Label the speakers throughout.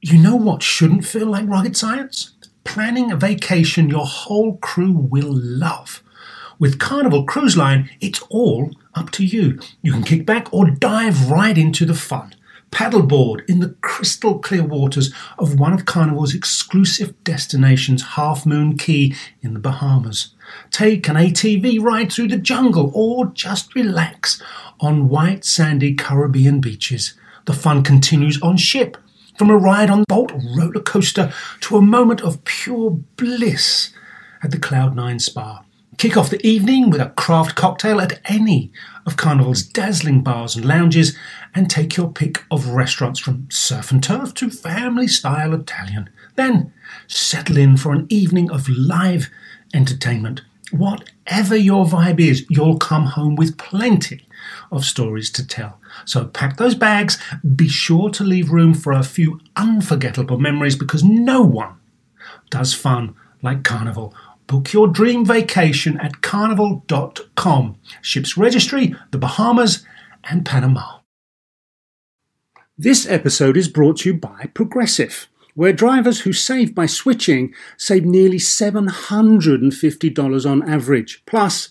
Speaker 1: You know what shouldn't feel like rocket science? Planning a vacation your whole crew will love. With Carnival Cruise Line, it's all up to you. You can kick back or dive right into the fun. Paddleboard in the crystal clear waters of one of Carnival's exclusive destinations, Half Moon Key in the Bahamas. Take an ATV ride through the jungle or just relax on white sandy Caribbean beaches. The fun continues on ship, from a ride on boat or roller coaster to a moment of pure bliss at the Cloud Nine Spa. Kick off the evening with a craft cocktail at any of Carnival's dazzling bars and lounges, and take your pick of restaurants from surf and turf to family style Italian. Then settle in for an evening of live entertainment. Whatever your vibe is, you'll come home with plenty of stories to tell. So pack those bags, be sure to leave room for a few unforgettable memories because no one does fun like Carnival. Book your dream vacation at carnival.com. Ships registry, the Bahamas, and Panama. This episode is brought to you by Progressive, where drivers who save by switching save nearly $750 on average. Plus,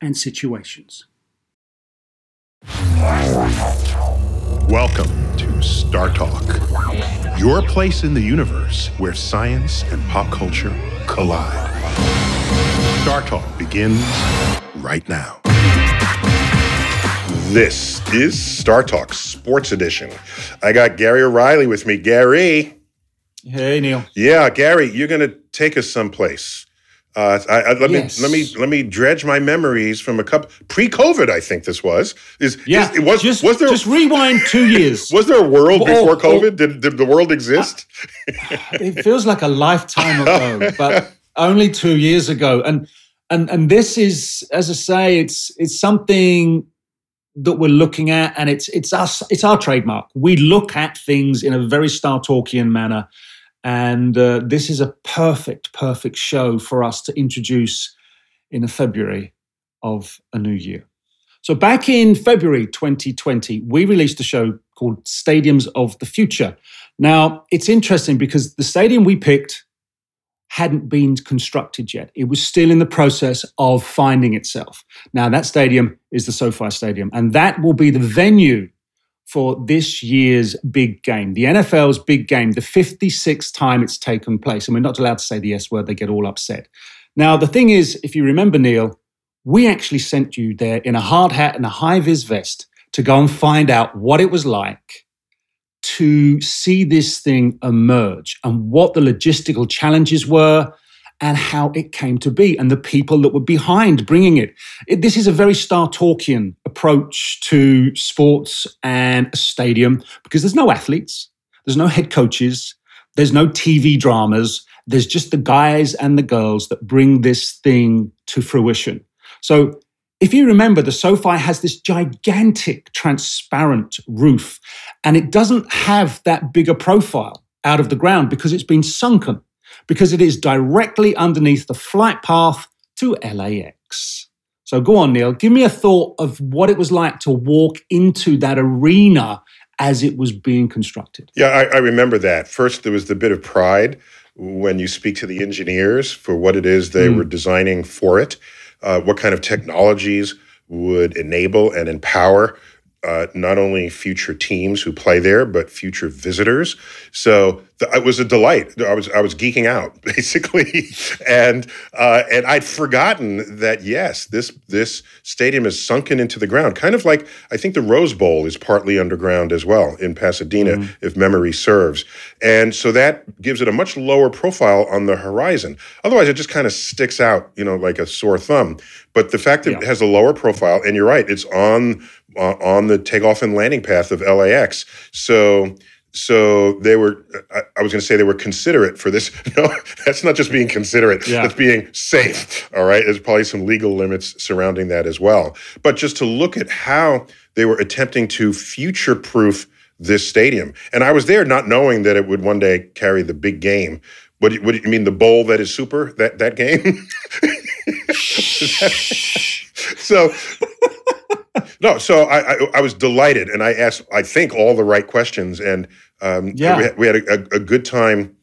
Speaker 1: and situations.
Speaker 2: Welcome to Star Talk, your place in the universe where science and pop culture collide. Star Talk begins right now. This is Star Talk Sports Edition. I got Gary O'Reilly with me. Gary,
Speaker 3: Hey Neil.
Speaker 2: yeah, Gary, you're going to take us someplace. Uh, I, I, let
Speaker 3: Yes.
Speaker 2: me let me let me dredge my memories from a couple pre-COVID. I think this was is
Speaker 3: Yeah,
Speaker 2: is- it was
Speaker 3: just,
Speaker 2: was there
Speaker 3: just rewind two years.
Speaker 2: Was there a world
Speaker 3: Oh,
Speaker 2: before
Speaker 3: oh.
Speaker 2: COVID? Did, did the world exist?
Speaker 3: it feels like a lifetime ago, but only two years ago. And and and this is, as I say, it's it's something that we're looking at, and it's it's us, it's our trademark. We look at things in a very Star Talkian manner, and uh, this is a perfect, perfect show for us to introduce in the February of a new year. So back in February 2020, we released a show called Stadiums of the Future. Now, it's interesting because the stadium we picked hadn't been constructed yet. It was still in the process of finding itself. Now, that stadium is the SoFi Stadium, and that will be the venue for this year's big game, the NFL's big game, the 56th time it's taken place. And we're not allowed to say the S word, they get all upset. Now, the thing is, if you remember, Neil, we actually sent you there in a hard hat and a high vis vest to go and find out what it was like to see this thing emerge and what the logistical challenges were and how it came to be and the people that were behind bringing it. It- This is a very Star Talkian approach to sports and a stadium because there's no athletes, there's no head coaches, there's no TV dramas, there's just the guys and the girls that bring this thing to fruition. So if you remember, the SoFi has this gigantic transparent roof and it doesn't have that bigger profile out of the ground because it's been sunken, because it is directly underneath the flight path to LAX. So go on, Neil, give me a thought of what it was like to walk into that arena as it was being constructed.
Speaker 2: Yeah, I, I remember that. First, there was the bit of pride when you speak to the engineers for what it is they
Speaker 3: Mm.
Speaker 2: were designing for it, uh, what kind of technologies would enable and empower uh, not only future teams who play there, but future visitors. So th- it was a delight. I was I was geeking out basically, and uh, and I'd forgotten that yes, this this stadium is sunken into the ground, kind of like I think the Rose Bowl is partly underground as well in Pasadena, if memory serves, and so that gives it a much lower profile on the horizon. Otherwise, it just kind of sticks out, you know, like a sore thumb. But the fact that
Speaker 3: Yeah.
Speaker 2: it has a lower profile, and you're right, it's on uh, on the takeoff and landing path of LAX. So so they were. I, I was going to say they were considerate for this. No, that's not just being considerate.
Speaker 3: Yeah.
Speaker 2: That's being safe. All right. There's probably some legal limits surrounding that as well. But just to look at how they were attempting to future proof this stadium. And I was there not knowing that it would one day carry the big game. What do you, what do you mean, the bowl that is super, that, that game? so no so I, I i was delighted and i asked i think all the right questions and um
Speaker 3: Yeah.
Speaker 2: we had, we had a, a, a good time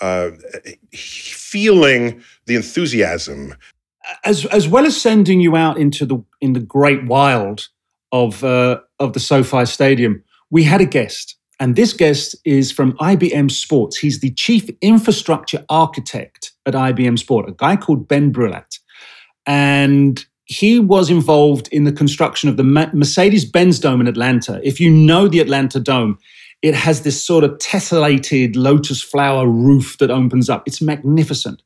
Speaker 2: uh feeling the enthusiasm
Speaker 3: as as well as sending you out into the in the great wild of uh, of the SoFi Stadium, we had a guest, and this guest is from IBM Sports. He's the chief infrastructure architect at IBM Sport, a guy called Ben Brulat, and he was involved in the construction of the Mercedes Benz Dome in Atlanta. If you know the Atlanta Dome. It has this sort of tessellated lotus flower roof that opens up. It's magnificent.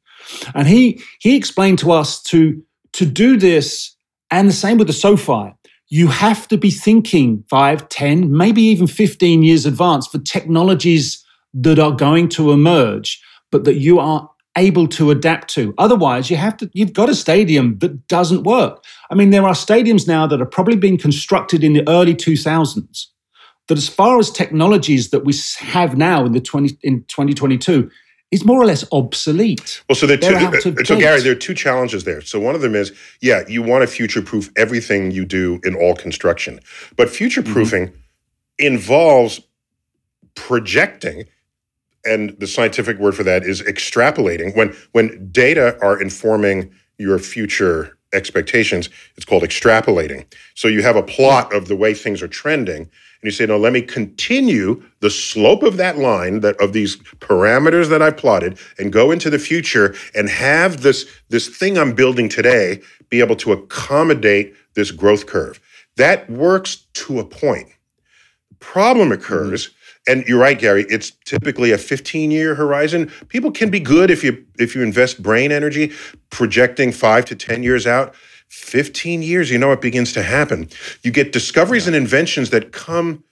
Speaker 3: And he he explained to us to to do this, and the same with the SoFi. You have to be thinking five, 10, maybe even 15 years advance for technologies that are going to emerge, but that you are able to adapt to. Otherwise, you have to you've got a stadium that doesn't work. I mean, there are stadiums now that are probably being constructed in the early 2000s that as far as technologies that we s- have now in the 20 in 2022 is more or less obsolete.
Speaker 2: well so there
Speaker 3: They're
Speaker 2: are
Speaker 3: out
Speaker 2: two
Speaker 3: of
Speaker 2: so
Speaker 3: date.
Speaker 2: gary there are two challenges there so one of them is yeah you want to future proof everything you do in all construction but future proofing
Speaker 3: Mm-hmm.
Speaker 2: involves projecting and the scientific word for that is extrapolating when when data are informing your future expectations it's called extrapolating so you have a plot of the way things are trending and you say no let me continue the slope of that line that of these parameters that i've plotted and go into the future and have this this thing i'm building today be able to accommodate this growth curve that works to a point problem occurs and you're right gary it's typically a 15 year horizon people can be good if you if you invest brain energy projecting 5 to 10 years out 15 years you know what begins to happen you get discoveries and inventions that come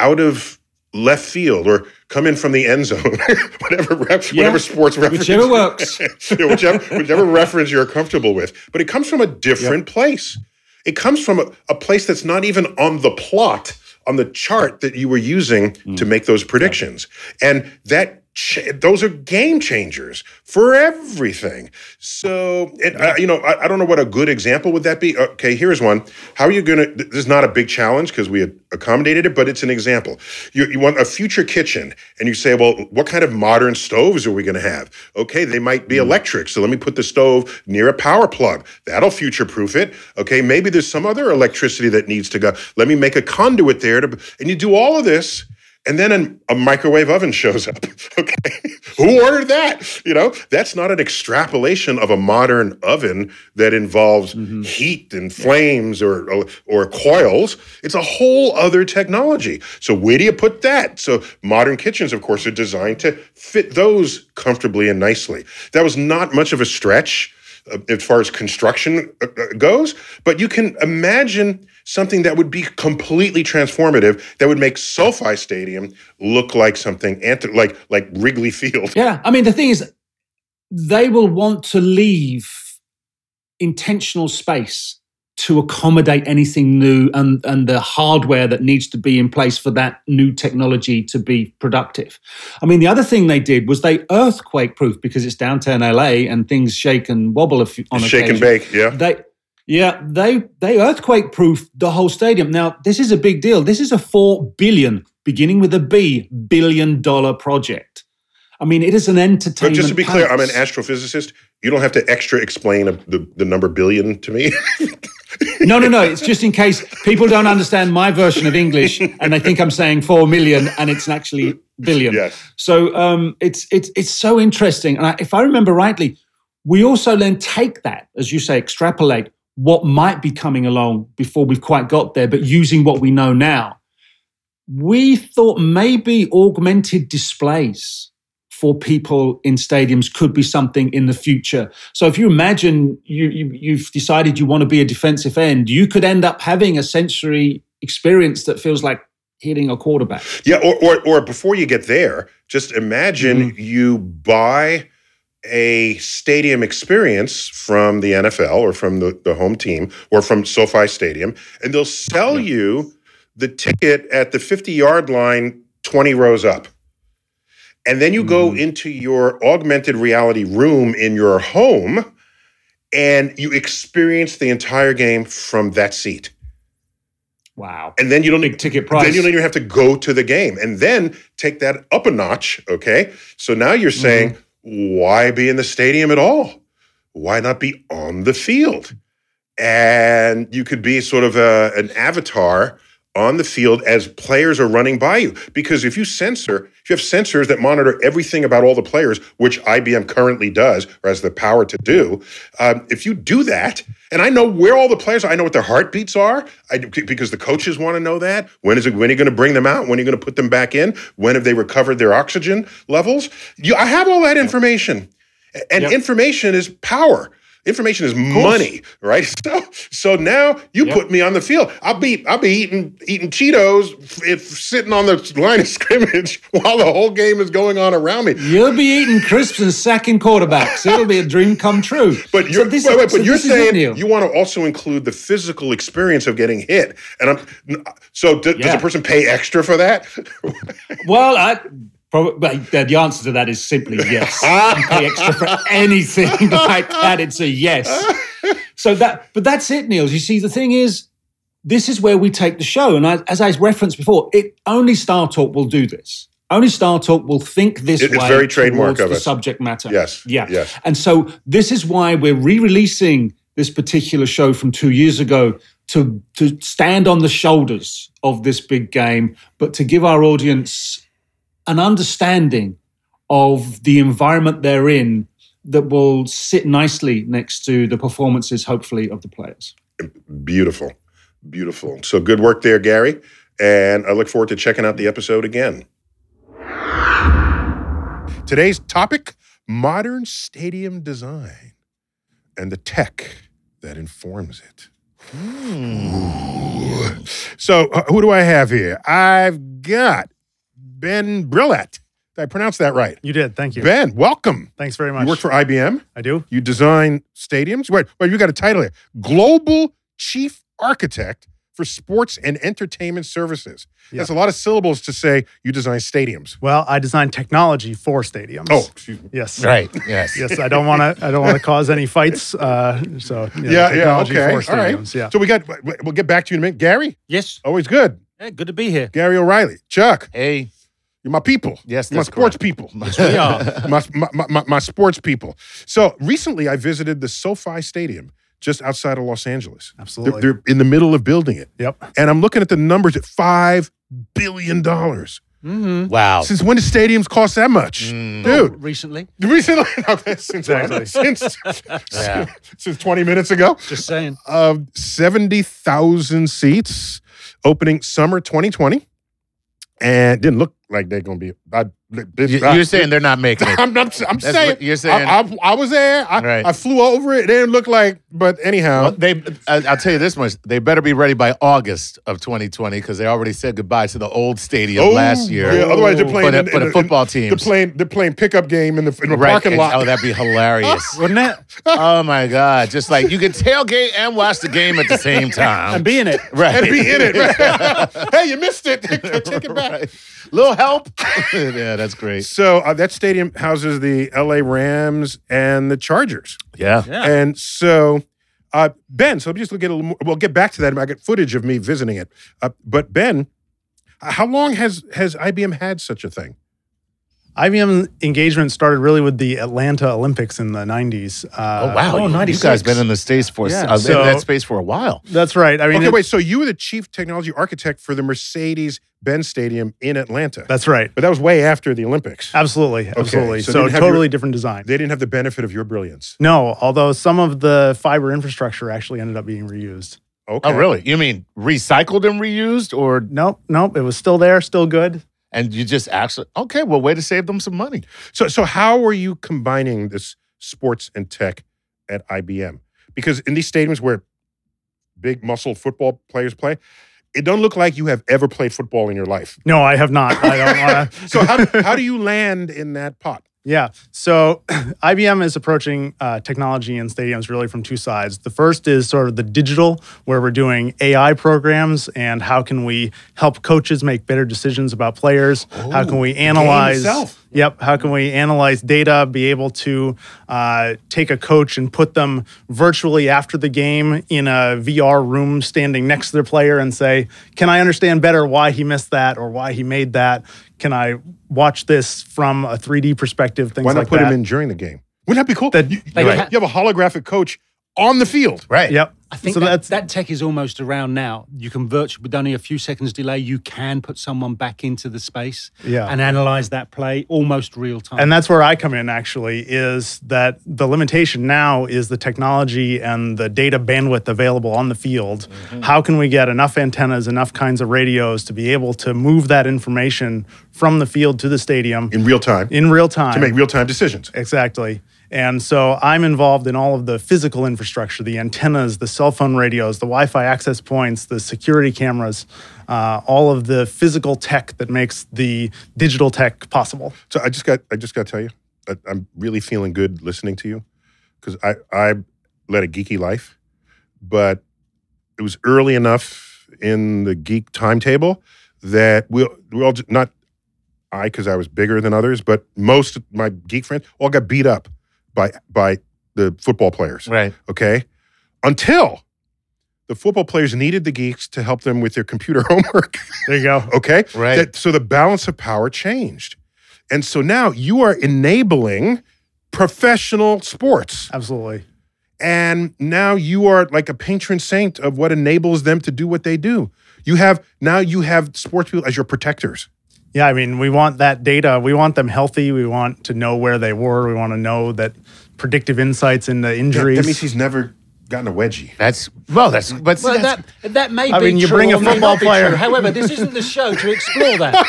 Speaker 2: out of left field or come in from the end zone whatever ref,
Speaker 3: Yeah.
Speaker 2: whatever sports reference
Speaker 3: Whichever works.
Speaker 2: yeah, whichever, whichever reference you're comfortable with. But it comes from a different place. It comes from a, a place that's not even on the plot, on the chart that you were using to make those predictions. And that ch- those are game changers for everything. So, and I, you know, I, I don't know what a good example would that be. Okay, here's one. How are you going to? This is not a big challenge because we had accommodated it, but it's an example. You, you want a future kitchen, and you say, well, what kind of modern stoves are we going to have? Okay, they might be electric, so let me put the stove near a power plug. That'll future-proof it. Okay, maybe there's some other electricity that needs to go. Let me make a conduit there, to, and you do all of this. And then an, a microwave oven shows up. Okay. Who ordered that? You know, that's not an extrapolation of a modern oven that involves heat and flames or, or, or coils. It's a whole other technology. So, where do you put that? So, modern kitchens, of course, are designed to fit those comfortably and nicely. That was not much of a stretch uh, as far as construction uh, uh, goes, but you can imagine something that would be completely transformative that would make SoFi Stadium look like something anth- like like Wrigley Field.
Speaker 3: Yeah. I mean, the thing is, they will want to leave intentional space to accommodate anything new and, and the hardware that needs to be in place for that new technology to be productive. I mean, the other thing they did was they earthquake proof because it's downtown LA and things shake and wobble a few, on
Speaker 2: Shake and
Speaker 3: occasion.
Speaker 2: bake, yeah.
Speaker 3: They, yeah, they they earthquake proof the whole stadium. Now this is a big deal. This is a four billion, beginning with a B, billion dollar project. I mean, it is an
Speaker 2: But
Speaker 3: entertainment.
Speaker 2: just to be clear, I'm an
Speaker 3: palace.
Speaker 2: astrophysicist. You don't have to extra explain the, the number billion to me.
Speaker 3: No, no, no. It's just in case people don't understand my version of English and they think I'm saying four million and it's actually billion.
Speaker 2: yes.
Speaker 3: So um, it's it's it's so interesting. And I, if I remember rightly, we also then take that, as you say, extrapolate what might be coming along before we've quite got there, but using what we know now. We thought maybe augmented displays for people in stadiums could be something in the future. So if you imagine you, you you've decided you want to be a defensive end, you could end up having a sensory experience that feels like hitting a quarterback.
Speaker 2: Yeah, or, or, or before you get there, just imagine you buy a stadium experience from the NFL or from the, the home team or from SoFi Stadium, and they'll sell you the ticket at the 50 yard line 20 rows up. And then you go into your augmented reality room in your home and you experience the entire game from that seat.
Speaker 3: Wow.
Speaker 2: And then you don't
Speaker 3: Big ticket price.
Speaker 2: then you don't even have to go to the game. And then take that up a notch, okay? So now you're saying, why be in the stadium at all? Why not be on the field? And you could be sort of a, an avatar on the field as players are running by you. Because if you censor, if you have sensors that monitor everything about all the players, which IBM currently does or has the power to do, um, if you do that, and I know where all the players are, I know what their heartbeats are, I, because the coaches want to know that. When is it? When are you going to bring them out? When are you going to put them back in? When have they recovered their oxygen levels? You, I have all that information, A- and
Speaker 3: Yep.
Speaker 2: information is power. Information is money, right? So, so now you
Speaker 3: Yep.
Speaker 2: put me on the field. I'll be I'll be eating eating Cheetos if sitting on the line of scrimmage while the whole game is going on around me.
Speaker 3: You'll be eating crisps and sacking quarterbacks. It'll be a dream come true.
Speaker 2: But
Speaker 3: So
Speaker 2: you're,
Speaker 3: this-
Speaker 2: wait, wait,
Speaker 3: so
Speaker 2: but you're
Speaker 3: this is
Speaker 2: saying
Speaker 3: Neil.
Speaker 2: you want to also include the physical experience of getting hit, and I'm so d- does
Speaker 3: Yeah.
Speaker 2: a person pay extra for that?
Speaker 3: Well, I probably the, the answer to that is simply yes. you pay extra for anything like that; it's a yes. So that, but that's it, Niels. You see, the thing is, this is where we take the show, and I, as I referenced before, it only Star Talk will do this. Only Star Talk will think this
Speaker 2: It- it's
Speaker 3: way.
Speaker 2: very trademark
Speaker 3: towards
Speaker 2: of
Speaker 3: the
Speaker 2: it.
Speaker 3: subject matter.
Speaker 2: Yes,
Speaker 3: Yeah.
Speaker 2: yes.
Speaker 3: And so this is why we're re-releasing this particular show from two years ago to to stand on the shoulders of this big game, but to give our audience an understanding of the environment they're in that will sit nicely next to the performances, hopefully, of the players.
Speaker 2: Beautiful, beautiful. So good work there, Gary, and I look forward to checking out the episode again. Today's topic modern stadium design and the tech that informs it. Ooh. So, uh, who do I have here? I've got Ben Brillat. Did I pronounce that right?
Speaker 4: You did. Thank you.
Speaker 2: Ben, welcome.
Speaker 4: Thanks very much.
Speaker 2: You work for IBM.
Speaker 4: I do.
Speaker 2: You design stadiums. Wait, wait, you got a title here. Global Chief Architect for Sports and Entertainment Services. That's a lot of syllables to say you design stadiums.
Speaker 4: Well, I design technology for stadiums.
Speaker 2: Oh, excuse me.
Speaker 4: yes.
Speaker 5: Right. Yes.
Speaker 4: Yes, I don't want to. I don't want to cause any fights. Uh, so yeah,
Speaker 2: Yeah, yeah,
Speaker 4: technology
Speaker 2: okay.
Speaker 4: For
Speaker 2: All right.
Speaker 4: stadiums. Yeah.
Speaker 2: So we got, we'll get back to you in a minute. Gary,
Speaker 5: Yes.
Speaker 2: always good.
Speaker 5: Yeah, good to be here.
Speaker 2: Gary O'Reilly. Chuck,
Speaker 5: Hey.
Speaker 2: you're my people.
Speaker 5: Yes,
Speaker 2: You're my
Speaker 5: that's
Speaker 2: sports people.
Speaker 5: We are.
Speaker 2: my, my, my- my, my sports people. So recently I visited the SoFi Stadium just outside of Los Angeles. They're,
Speaker 4: Absolutely.
Speaker 2: they're in the middle of building it.
Speaker 4: yep.
Speaker 2: And I'm looking at the numbers at $5 billion.
Speaker 5: Wow. Mm.
Speaker 2: Since when do stadiums cost that much? Dude,
Speaker 5: Recently.
Speaker 2: recently, no, since,
Speaker 4: Exactly.
Speaker 2: since,
Speaker 5: Yeah.
Speaker 2: since 20 minutes ago,
Speaker 5: Just saying.
Speaker 2: uh, 70,000 seats opening summer 2020. And didn't look like they're going to be. I, this,
Speaker 5: You,
Speaker 2: I-
Speaker 5: are saying they're not making it.
Speaker 2: I'm, I'm, I'm
Speaker 5: That's
Speaker 2: saying,
Speaker 5: what you're saying.
Speaker 2: I, I, I was there. I,
Speaker 5: Right.
Speaker 2: I flew over it. It didn't look like, but anyhow.
Speaker 5: Well, they, I- I'll tell you this much: they better be ready by August of 2020 because they already said goodbye to the old stadium
Speaker 2: Oh,
Speaker 5: last year.
Speaker 2: yeah, otherwise they're
Speaker 5: But
Speaker 2: playing
Speaker 5: a-
Speaker 2: in-
Speaker 5: but
Speaker 2: in-
Speaker 5: a football team.
Speaker 2: They're playing, they're playing pickup game in the, in the
Speaker 5: Right.
Speaker 2: parking
Speaker 5: and-
Speaker 2: lot.
Speaker 5: Oh, that'd be hilarious.
Speaker 4: Wouldn't it?
Speaker 5: oh my God! Just like you can tailgate and watch the game at the same time.
Speaker 4: And be in it.
Speaker 5: right.
Speaker 2: and be in it. right? hey, you missed it. Take it back.
Speaker 5: Right. Little help. yeah, that's great.
Speaker 2: So uh, that stadium houses the LA Rams and the Chargers.
Speaker 5: Yeah.
Speaker 2: And so, uh, Ben, so just to get a little more, we'll get back to that. I got footage of me visiting it. Uh, but Ben, uh, how long has has IBM had such a thing?
Speaker 4: IBM engagement started really with the Atlanta Olympics in the '90s. Uh,
Speaker 5: Oh wow!
Speaker 1: oh,
Speaker 5: You- you
Speaker 1: 96.
Speaker 5: guys been in the space for
Speaker 1: Yeah.
Speaker 5: uh, in
Speaker 4: So-
Speaker 5: that space for a while.
Speaker 4: That's right. I mean,
Speaker 2: okay,
Speaker 4: it-
Speaker 2: wait. So you were the chief technology architect for the Mercedes Benz Stadium in Atlanta,
Speaker 4: that's right.
Speaker 2: but that was way after the Olympics.
Speaker 4: Absolutely. Absolutely.
Speaker 2: so
Speaker 4: So,
Speaker 2: didn't have
Speaker 4: totally
Speaker 2: your-
Speaker 4: different design.
Speaker 2: They didn't have the benefit of your brilliance.
Speaker 4: no, although some of the fiber infrastructure actually ended up being reused.
Speaker 2: Okay.
Speaker 5: Oh really? You mean recycled and reused, or
Speaker 4: Nope, nope. It was still there, still good.
Speaker 5: and you just actually okay? Well, way to save them some money.
Speaker 2: So, so how are you combining this sports and tech at IBM? Because in these stadiums where big muscle football players play, it don't look like you have ever played football in your life.
Speaker 4: No, I have not. I don't want to.
Speaker 2: So how, how do you land in that pot?
Speaker 4: Yeah. So IBM is approaching uh, technology in stadiums really from two sides. The first is sort of the digital, where we're doing AI programs and how can we help coaches make better decisions about players? how can we analyze?
Speaker 2: itself.
Speaker 4: Yep. How can we analyze data, be able to uh, take a coach and put them virtually after the game in a VR room standing next to their player and say, Can I understand better why he missed that or why he made that? Can I watch this from a 3D perspective? Things
Speaker 2: Why not
Speaker 4: like
Speaker 2: put
Speaker 4: that.
Speaker 2: him in during the game? Wouldn't that be cool?
Speaker 4: That-
Speaker 2: you,
Speaker 3: Like,
Speaker 2: you
Speaker 3: ha-
Speaker 2: have, you have a holographic coach on the field.
Speaker 5: Right.
Speaker 4: Yep.
Speaker 3: I think
Speaker 4: so.
Speaker 3: that,
Speaker 4: that's
Speaker 3: that tech is almost around now. You can virtually, with only a few seconds delay, you can put someone back into the space
Speaker 4: Yeah.
Speaker 3: and analyze that play almost real time.
Speaker 4: And that's where I come in actually is that the limitation now is the technology and the data bandwidth available on the field. How can we get enough antennas, enough kinds of radios to be able to move that information from the field to the stadium
Speaker 2: In real time
Speaker 4: in real time?
Speaker 2: to make real time decisions.
Speaker 4: Exactly. And so I'm involved in all of the physical infrastructure, the antennas, the cell phone radios, the Wi Fi access points, the security cameras, uh, all of the physical tech that makes the digital tech possible.
Speaker 2: So I just got I just got to tell you, I, I'm really feeling good listening to you because I I led a geeky life, but it was early enough in the geek timetable that we we all j- not I because I was bigger than others, but most of my geek friends all got beat up by by the football players.
Speaker 5: Right.
Speaker 2: Okay, until. The football players needed the geeks to help them with their computer homework.
Speaker 4: There you go.
Speaker 2: Okay.
Speaker 5: Right.
Speaker 2: That, so the balance of power changed. And so now you are enabling professional sports.
Speaker 4: Absolutely.
Speaker 2: And now you are like a patron saint of what enables them to do what they do. You have now you have sports people as your protectors.
Speaker 4: Yeah, I mean, we want that data. We want them healthy. We want to know where they were. We want to know that predictive insights into injuries.
Speaker 2: That, that means he's never gotten a wedgie.
Speaker 5: That's well. That's but
Speaker 3: well,
Speaker 5: that's,
Speaker 3: that that may
Speaker 4: I
Speaker 3: be
Speaker 4: mean, you
Speaker 3: true
Speaker 4: bring a
Speaker 3: or may
Speaker 4: football
Speaker 3: not be
Speaker 4: player.
Speaker 3: true. However, this isn't the show to explore that.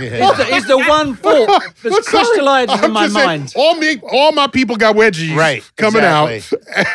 Speaker 3: It's the, it's the one thought
Speaker 2: Look,
Speaker 3: that's
Speaker 2: sorry,
Speaker 3: crystallized in
Speaker 2: I'm
Speaker 3: my
Speaker 2: just saying,
Speaker 3: mind.
Speaker 2: all me, all my people got wedgies.
Speaker 5: Right,
Speaker 2: coming
Speaker 5: exactly.
Speaker 2: out.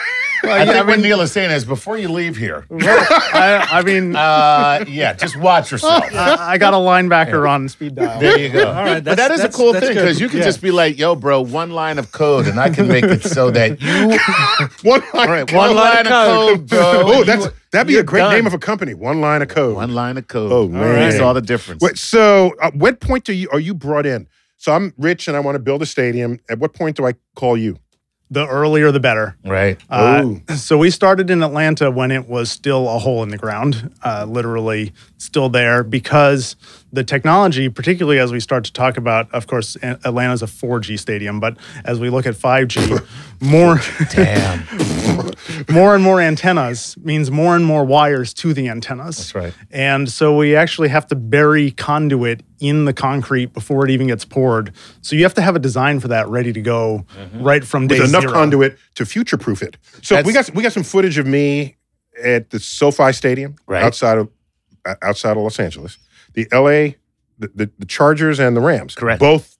Speaker 5: I think what Neil is saying is before you leave here,
Speaker 4: I, I mean,
Speaker 5: uh, yeah, just watch yourself.
Speaker 4: I, I got a linebacker on speed dial.
Speaker 5: There you go.
Speaker 3: right, that's-
Speaker 5: but that is a
Speaker 3: that's-
Speaker 5: cool
Speaker 3: that's
Speaker 5: thing
Speaker 3: good.
Speaker 5: because you can just be like, "Yo, bro, one line of code, and I can make it so that you."
Speaker 2: One line.
Speaker 5: All right,
Speaker 2: of
Speaker 5: one line of code, bro.
Speaker 2: Oh, that's that'd be
Speaker 5: you're
Speaker 2: a great
Speaker 5: done.
Speaker 2: name of a company. One line of code.
Speaker 5: one line of code.
Speaker 2: Oh, man.
Speaker 5: Makes all the difference.
Speaker 2: Wait, so at what point do you are you brought in? So I'm rich and I want to build a stadium. At what point do I call you?
Speaker 4: The earlier, the better.
Speaker 5: Right.
Speaker 4: Uh,
Speaker 2: Oh.
Speaker 4: so we started in Atlanta when it was still a hole in the ground, uh, literally still there, because the technology, particularly as we start to talk about, of course, A- Atlanta's a 4G stadium, but as we look at 5G, more.
Speaker 5: Damn.
Speaker 4: more and more antennas means more and more wires to the antennas. That's
Speaker 5: right.
Speaker 4: And so we actually have to bury conduit in the concrete before it even gets poured. So you have to have a design for that ready to go right from day
Speaker 2: With enough
Speaker 4: zero.
Speaker 2: conduit to future proof it. So we got we got some footage of me at the SoFi Stadium
Speaker 5: Right.
Speaker 2: outside of uh, outside of Los Angeles. The LA the, the, the Chargers and the Rams
Speaker 5: Correct.
Speaker 2: both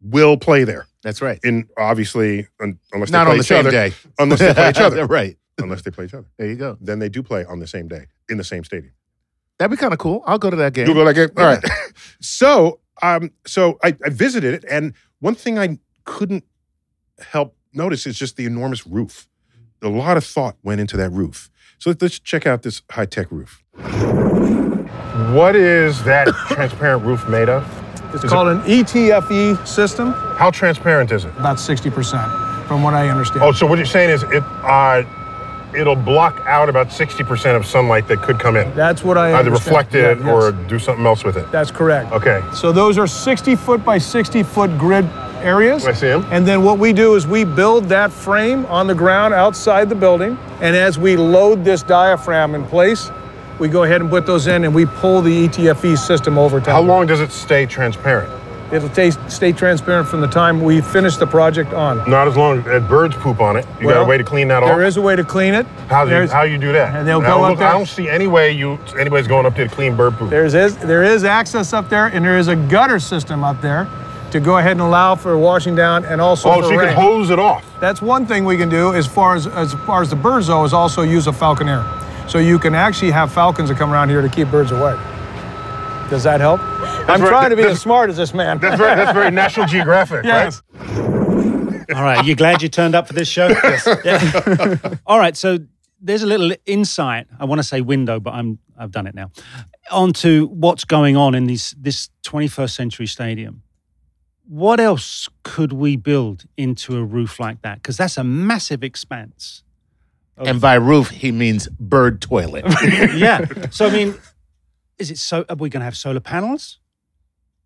Speaker 2: will play there.
Speaker 5: That's right.
Speaker 2: In obviously un, unless they
Speaker 5: Not
Speaker 2: play
Speaker 5: on the
Speaker 2: each
Speaker 5: same
Speaker 2: other.
Speaker 5: day.
Speaker 2: Unless they play each other.
Speaker 5: right.
Speaker 2: Unless they play each other.
Speaker 5: There you go.
Speaker 2: Then they do play on the same day in the same stadium.
Speaker 5: That'd be kind of cool. I'll go to that game.
Speaker 2: You'll go like, it? all right. so, um, so I, I visited it, and one thing I couldn't help notice is just the enormous roof. A lot of thought went into that roof. So let's check out this high tech roof. What is that transparent roof made of?
Speaker 6: It's called an
Speaker 2: E
Speaker 6: ETFE system,
Speaker 2: How transparent is it? Oh,
Speaker 6: about 60%, from what I understand.
Speaker 2: so what you're saying is it, uh, it'll block out about sixty percent of sunlight that could come in,
Speaker 6: That's what I understand. Yeah, yes.
Speaker 2: do something else with it.
Speaker 6: That's correct.
Speaker 2: Okay.
Speaker 6: So those are 60 foot by 60 foot grid areas.
Speaker 2: I see 'em.
Speaker 6: And then what we do is we build that frame on the ground outside the building. And as we load this diaphragm in place, we go ahead and put those in and we pull the E ETFE system over top.
Speaker 2: long does it stay transparent?
Speaker 6: It'll stay, stay transparent from the time we finish the project on.
Speaker 2: Not as long as birds poop on it. You
Speaker 6: Well, There
Speaker 2: off?
Speaker 6: is a way to clean it.
Speaker 2: How do you,
Speaker 6: There's-
Speaker 2: how you do that?
Speaker 6: and they'll
Speaker 2: I
Speaker 6: go
Speaker 2: don't
Speaker 6: up
Speaker 2: look-
Speaker 6: there.
Speaker 2: I don't see any way you anybody's going up there to clean bird poop.
Speaker 6: There's is, there is access up there, and there is a gutter system up there to go ahead and allow for washing down and also
Speaker 2: oh,
Speaker 6: for
Speaker 2: so you
Speaker 6: rain.
Speaker 2: can hose it off.
Speaker 6: That's one thing we can do as far as as far as the bird zoo is also use a falconer. So you can actually have falcons that come around here to keep birds away. Does that help? I'm
Speaker 2: very-
Speaker 6: trying to be
Speaker 2: that's-
Speaker 6: as smart as this man.
Speaker 2: That's very, that's very National Geographic,
Speaker 6: Yes.
Speaker 2: right?
Speaker 7: All right. You glad you turned up for this show? Yeah. All right. So there's a little insight. I want to say window, but I'm I've done it now. Onto what's going on in these this 21st century stadium. What else could we build into a roof like that? Because that's a massive expanse.
Speaker 5: And by roof, he means bird toilet.
Speaker 7: yeah. So I mean, is it so? Are we going to have solar panels?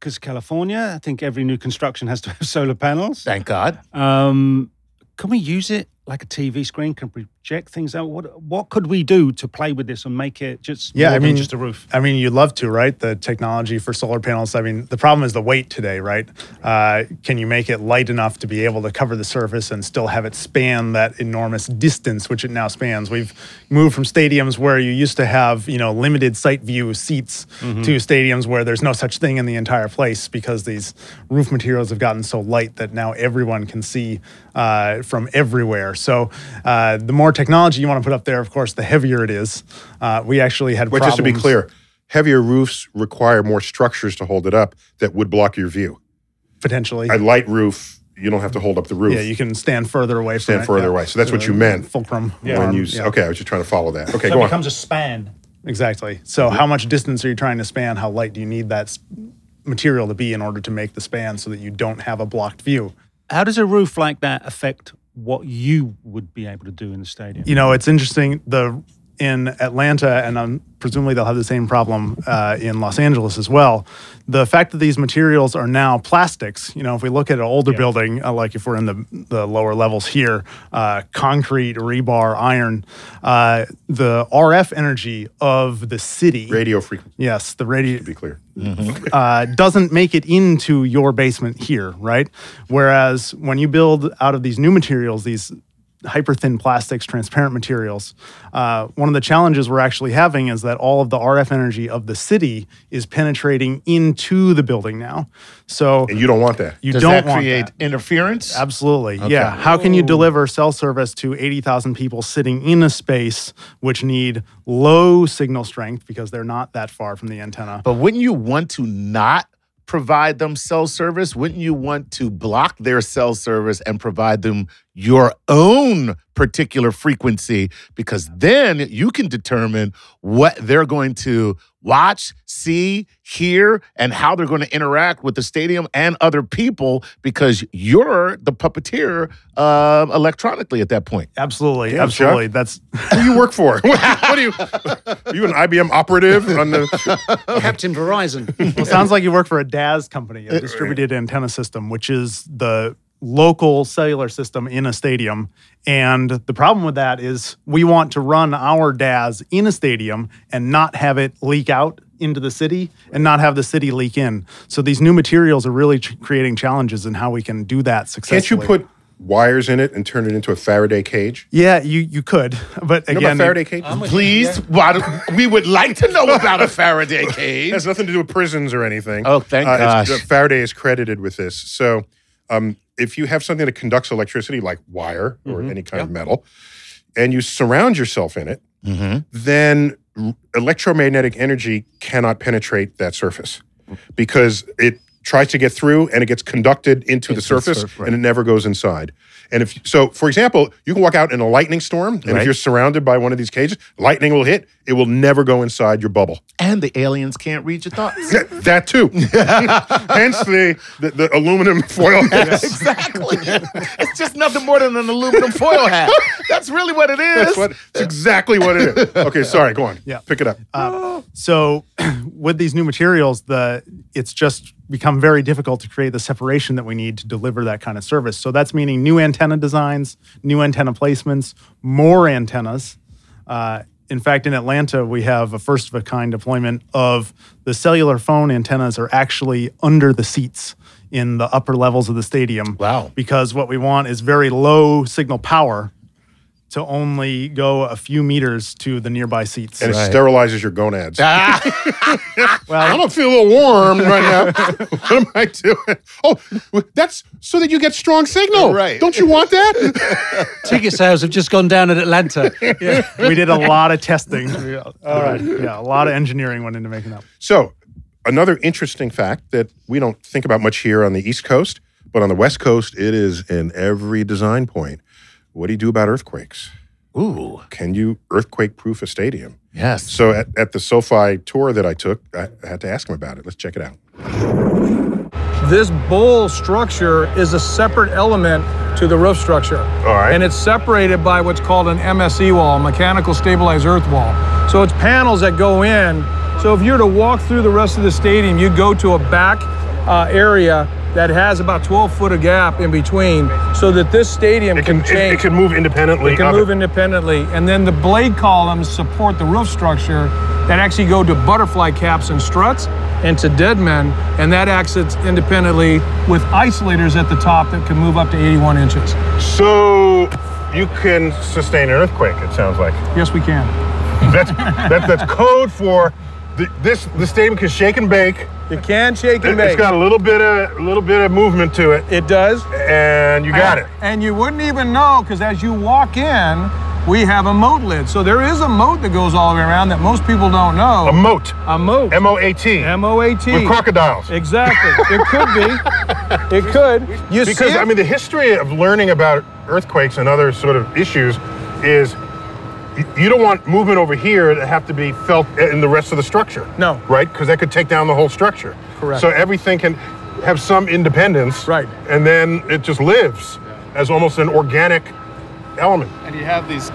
Speaker 7: Because California, I think every new construction has to have solar panels.
Speaker 5: Thank God.
Speaker 7: Um, can we use it like a TV screen? Can project things out? What What could we do to play with this and make it just
Speaker 4: Yeah,
Speaker 7: more
Speaker 4: I
Speaker 7: than
Speaker 4: mean-
Speaker 7: just a roof?
Speaker 4: I mean, you'd love to, right? The technology for solar panels. I mean, the problem is the weight today, right? Uh, can you make it light enough to be able to cover the surface and still have it span that enormous distance which it now spans? We've moved from stadiums where you used to have, you know, limited sight view seats
Speaker 2: Mm-hmm.
Speaker 4: to stadiums where there's no such thing in the entire place because these roof materials have gotten so light that now everyone can see uh, from everywhere. So uh, the more technology you want to put up there, of course, the heavier it is. Uh, we actually had
Speaker 2: But just to be
Speaker 4: problems-
Speaker 2: clear, heavier roofs require more structures to hold it up that would block your view.
Speaker 4: potentially.
Speaker 2: A light roof, you don't have to hold up the roof.
Speaker 4: yeah, you can stand further away.
Speaker 2: Stand
Speaker 4: from it,
Speaker 2: further
Speaker 4: yeah.
Speaker 2: away. So that's what
Speaker 4: Uh,
Speaker 2: you meant
Speaker 4: Fulcrum.
Speaker 2: when
Speaker 4: arm,
Speaker 2: you.
Speaker 4: yeah,
Speaker 2: Okay, I was just trying to follow that. Okay,
Speaker 7: So
Speaker 2: go
Speaker 7: it
Speaker 2: on.
Speaker 7: becomes a span.
Speaker 4: exactly. So
Speaker 2: Mm-hmm.
Speaker 4: how much distance are you trying to span? How light do you need that s- material to be in order to make the span so that you don't have a blocked view?
Speaker 7: How does a roof like that affect what you would be able to do in the stadium?
Speaker 4: You know, it's interesting. The in Atlanta, and um, presumably they'll have the same problem uh, in Los Angeles as well. The fact that these materials are now plastics. You know, if we look at an older building, uh, like if we're in the the lower levels here, uh, concrete, rebar, iron, uh, the RF energy of the city.
Speaker 2: Radio frequency.
Speaker 4: Yes, the radio
Speaker 2: Be clear.
Speaker 4: uh, doesn't make it into your basement here, right? Whereas when you build out of these new materials, these hyper thin plastics, transparent materials, uh, one of the challenges we're actually having is that all of the RF energy of the city is penetrating into the building now. So
Speaker 2: And you don't want that.
Speaker 4: you
Speaker 5: Does
Speaker 4: don't
Speaker 5: that
Speaker 4: want
Speaker 5: create
Speaker 4: that.
Speaker 5: interference?
Speaker 4: Absolutely. Yeah. How can you deliver cell service to 80,000 people sitting in a space which need low signal strength because they're not that far from the antenna?
Speaker 5: But wouldn't you want to not provide them cell service? Wouldn't you want to block their cell service and provide them your own particular frequency? Because then you can determine what they're going to watch, see, hear, and how they're going to interact with the stadium and other people because you're the puppeteer uh, electronically at that point.
Speaker 4: Absolutely.
Speaker 2: Damn, Chuck.
Speaker 4: absolutely. That's
Speaker 2: Who you work for? what what are you? Are you an IBM operative on the?
Speaker 7: Oh, Captain Verizon.
Speaker 4: Well, it sounds like you work for a DAS company, a distributed antenna system, which is the local cellular system in a stadium. And the problem with that is we want to run our DAS in a stadium and not have it leak out into the city and not have the city leak in. So these new materials are really tr- creating challenges in how we can do that successfully.
Speaker 2: Can't you put wires in it and turn it into a Faraday cage?
Speaker 4: Yeah, you you could, but
Speaker 2: You know
Speaker 4: again,
Speaker 2: about Faraday cage?
Speaker 5: Please, why do- we would like to know about a Faraday
Speaker 2: It
Speaker 5: cage.
Speaker 2: has nothing to do with prisons or anything. Uh,
Speaker 5: Oh, thank
Speaker 2: it's-
Speaker 5: gosh.
Speaker 2: Faraday is credited with this. So, um, if you have something that conducts electricity, like wire or
Speaker 5: Mm-hmm.
Speaker 2: any kind of metal, and you surround yourself in it,
Speaker 5: Mm-hmm.
Speaker 2: then r- electromagnetic energy cannot penetrate that surface because it tries to get through and it gets conducted into the surface
Speaker 5: surf, right.
Speaker 2: and it never goes inside. And if so, for example, you can walk out in a lightning storm, and if
Speaker 5: Right.
Speaker 2: you're surrounded by one of these cages, lightning will hit. It will never go inside your bubble.
Speaker 5: and the aliens can't read your thoughts.
Speaker 2: Yeah, that too. Hence the, the, the aluminum foil hats.
Speaker 5: exactly. it's just nothing more than an aluminum foil hat. That's really what it is.
Speaker 2: That's, what, that's exactly what it is. Okay, sorry, go on.
Speaker 4: Yeah.
Speaker 2: Pick it up.
Speaker 5: Uh,
Speaker 4: So with these new materials, the it's just become very difficult to create the separation that we need to deliver that kind of service. So that's meaning new antenna designs, new antenna placements, more antennas. Uh, in fact, in Atlanta, we have a first of a kind deployment of the cellular phone antennas are actually under the seats in the upper levels of the stadium.
Speaker 5: Wow.
Speaker 4: Because what we want is very low signal power to only go a few meters to the nearby seats.
Speaker 2: and it
Speaker 5: Right.
Speaker 2: sterilizes your gonads.
Speaker 5: Ah,
Speaker 2: I'm gonna feel a little warm right now. what am I doing? Oh, that's so that you get strong signal.
Speaker 5: Right.
Speaker 2: Don't you want that?
Speaker 7: Ticket sales have just gone down at Atlanta. Yeah.
Speaker 4: we did a lot of testing. Yeah. All right. Yeah, a lot of engineering went into making that.
Speaker 2: so, another interesting fact that we don't think about much here on the East Coast, but on the West Coast, it is in every design point. What do you do about earthquakes?
Speaker 5: ooh,
Speaker 2: Can you earthquake proof a stadium?
Speaker 5: yes.
Speaker 2: So, at, at the SoFi tour that I took, I I had to ask him about it. Let's check it out.
Speaker 6: This bowl structure is a separate element to the roof structure. All
Speaker 2: right.
Speaker 6: And it's separated by what's called an MSE wall, mechanical stabilized earth wall. So it's panels that go in. So if you were to walk through the rest of the stadium, you'd go to a back uh, area that has about 12 foot of gap in between so that this stadium can, change.
Speaker 2: move independently.
Speaker 6: It can move independently. And then the blade columns support the roof structure that actually go to butterfly caps and struts and to dead men, and that exits independently with isolators at the top that can move up to 81 inches.
Speaker 2: So you can sustain an earthquake. It sounds like
Speaker 6: Yes, we can.
Speaker 2: that's that, that's code for the, this. The stadium can shake and bake.
Speaker 6: You can shake and
Speaker 2: It, has
Speaker 6: bake.
Speaker 2: got a little bit of little bit of movement to it,
Speaker 6: It does.
Speaker 2: and you got it.
Speaker 6: And you wouldn't even know because as you walk in, we have a moat lid. So there is a moat that goes all the way around that most people don't know.
Speaker 2: A moat,
Speaker 6: a moat.
Speaker 2: M O A T,
Speaker 6: M-O-A-T.
Speaker 2: with crocodiles.
Speaker 6: Exactly. It could be. It could. You see
Speaker 2: Because
Speaker 6: it?
Speaker 2: I mean, the history of learning about earthquakes and other sort of issues is y- you don't want movement over here to have to be felt in the rest of the structure.
Speaker 6: No.
Speaker 2: Right? Because that could take down the whole structure.
Speaker 6: Correct.
Speaker 2: So everything can have some independence.
Speaker 6: Right.
Speaker 2: And then it just lives as almost an organic element.
Speaker 8: and you have these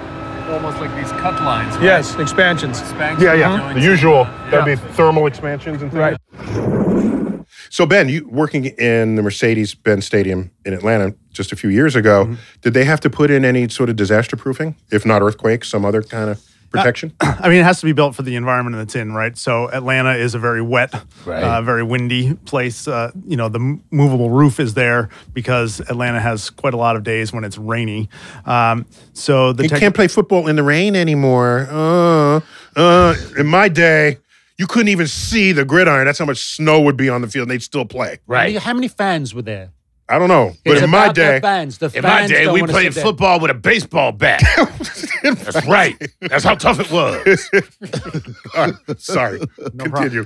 Speaker 8: almost like these cut lines. right?
Speaker 6: Yes, expansions.
Speaker 8: Spanks
Speaker 2: Yeah,
Speaker 8: and
Speaker 2: yeah.
Speaker 8: joints.
Speaker 2: The usual, that'd be
Speaker 6: Yeah.
Speaker 2: thermal expansions and things.
Speaker 6: Right.
Speaker 2: So Ben, you working in the Mercedes-Benz Stadium in Atlanta just a few years ago,
Speaker 7: Mm-hmm.
Speaker 2: did they have to put in any sort of disaster proofing, if not earthquakes, some other kind of protection?
Speaker 4: I mean, it has to be built for the environment that it's in, right? So Atlanta is a very wet,
Speaker 5: Right.
Speaker 4: uh, very windy place. Uh, you know, the m- movable roof is there because Atlanta has quite a lot of days when it's rainy. Um, so the
Speaker 2: you
Speaker 4: tech-
Speaker 2: can't play football in the rain anymore. Uh, uh, in my day, you couldn't even see the gridiron. That's how much snow would be on the field, and they'd still play.
Speaker 5: Right.
Speaker 7: How many fans were there?
Speaker 2: I don't know, but
Speaker 7: It's
Speaker 2: in my
Speaker 7: about
Speaker 2: day,
Speaker 7: the fans. The
Speaker 5: In my
Speaker 7: fans
Speaker 5: day,
Speaker 7: don't
Speaker 5: we
Speaker 7: wanna
Speaker 5: played
Speaker 7: sit there.
Speaker 5: football with a baseball bat. That's right. That's how tough it was.
Speaker 2: sorry, continue.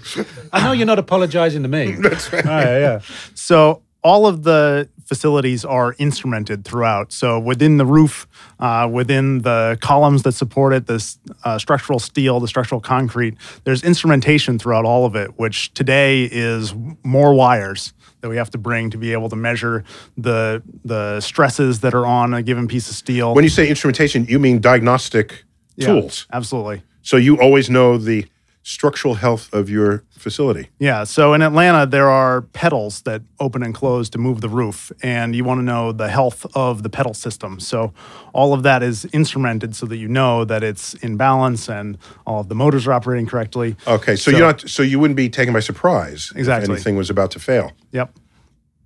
Speaker 7: I know you're not apologizing to me. That's right. yeah.
Speaker 4: Oh, So all of the facilities are instrumented throughout. So within the roof, uh, within the columns that support it, the s- uh, structural steel, the structural concrete, there's instrumentation throughout all of it, which today is more wires that we have to bring to be able to measure the the stresses that are on a given piece of steel.
Speaker 2: When you say instrumentation, you mean diagnostic
Speaker 4: Yeah,
Speaker 2: tools.
Speaker 4: absolutely.
Speaker 2: So you always know the structural health of your facility.
Speaker 4: Yeah. So in Atlanta, there are pedals that open and close to move the roof, and you want to know the health of the pedal system. So all of that is instrumented so that you know that it's in balance and all of the motors are operating correctly.
Speaker 5: Oh.
Speaker 2: Okay, so,
Speaker 4: So-
Speaker 2: you're not so you wouldn't be taken by surprise
Speaker 4: Exactly.
Speaker 2: if anything was about to fail.
Speaker 4: Yep.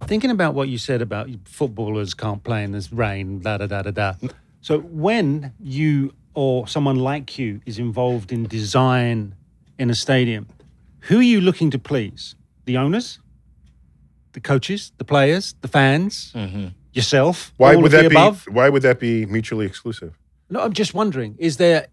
Speaker 7: Thinking about what you said about footballers can't play in this rain, da da da da da. So when you or someone like you is involved in design in a stadium, who are you looking to please? The owners, the coaches, the players, the fans, yourself.
Speaker 2: Mm-hmm. Why
Speaker 7: all
Speaker 2: would
Speaker 7: of the
Speaker 2: that be?
Speaker 7: above?
Speaker 2: Why would that be mutually exclusive?
Speaker 7: No, I'm just wondering, is there,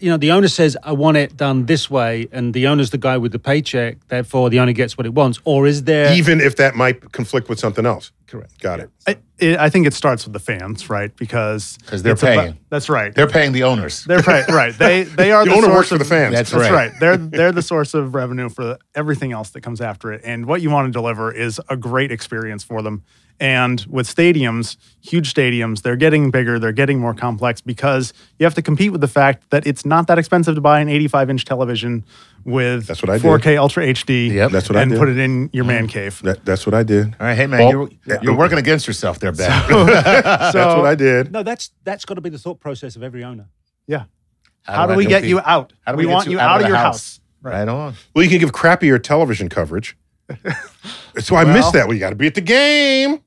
Speaker 7: you know, the owner says, I want it done this way, and the owner's the guy with the paycheck, therefore the owner gets what it wants. Or is there.
Speaker 2: Even if that might conflict with something else. Correct. Got it.
Speaker 4: I, it, I think it starts with the fans, right? Because
Speaker 5: 'Cause they're
Speaker 4: it's about-
Speaker 5: paying.
Speaker 4: that's right.
Speaker 5: They're paying the owners.
Speaker 4: They're right, right. They they are
Speaker 2: The
Speaker 4: the,
Speaker 2: owner
Speaker 4: source
Speaker 2: works for
Speaker 4: of-
Speaker 2: the fans.
Speaker 5: That's
Speaker 4: That's
Speaker 5: right.
Speaker 4: right. They're they're the source of revenue for everything else that comes after it. And what you want to deliver is a great experience for them. And with stadiums, huge stadiums, they're getting bigger, they're getting more complex because you have to compete with the fact that it's not that expensive to buy an 85 inch television with
Speaker 2: That's what I did.
Speaker 4: 4K Ultra HD.
Speaker 5: Yep.
Speaker 2: That's what I
Speaker 4: and
Speaker 2: did.
Speaker 4: put it in your man cave.
Speaker 2: That, that's what I did.
Speaker 5: All right, hey man,
Speaker 2: Well,
Speaker 5: you're,
Speaker 2: yeah.
Speaker 5: you're working against yourself there, Ben.
Speaker 2: that's what I did.
Speaker 7: No, that's that's got to be the thought process of every owner.
Speaker 4: Yeah. How, do we get you out?
Speaker 5: How do
Speaker 4: we,
Speaker 5: we get
Speaker 4: want
Speaker 5: you
Speaker 4: you
Speaker 5: out
Speaker 4: out,
Speaker 5: of
Speaker 4: of
Speaker 5: the
Speaker 4: your
Speaker 5: house?
Speaker 4: house.
Speaker 5: Right on.
Speaker 2: Well, you can give crappier television coverage. so I missed that. We got to be at the game.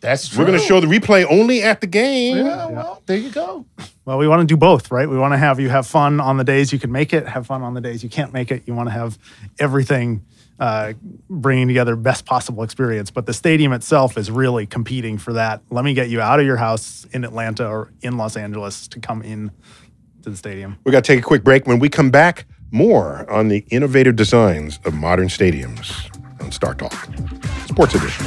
Speaker 5: That's true.
Speaker 2: We're going to show the replay only at the game.
Speaker 5: Yeah, well, there you go.
Speaker 4: Well, we want to do both, right? We want to have you have fun on the days you can make it, have fun on the days you can't make it. You want to have everything uh, bringing together best possible experience. But the stadium itself is really competing for that. Let me get you out of your house in Atlanta or in Los Angeles to come in to the stadium.
Speaker 2: We got to take a quick break. When we come back, more on the innovative designs of modern stadiums on Star Talk, Sports Edition.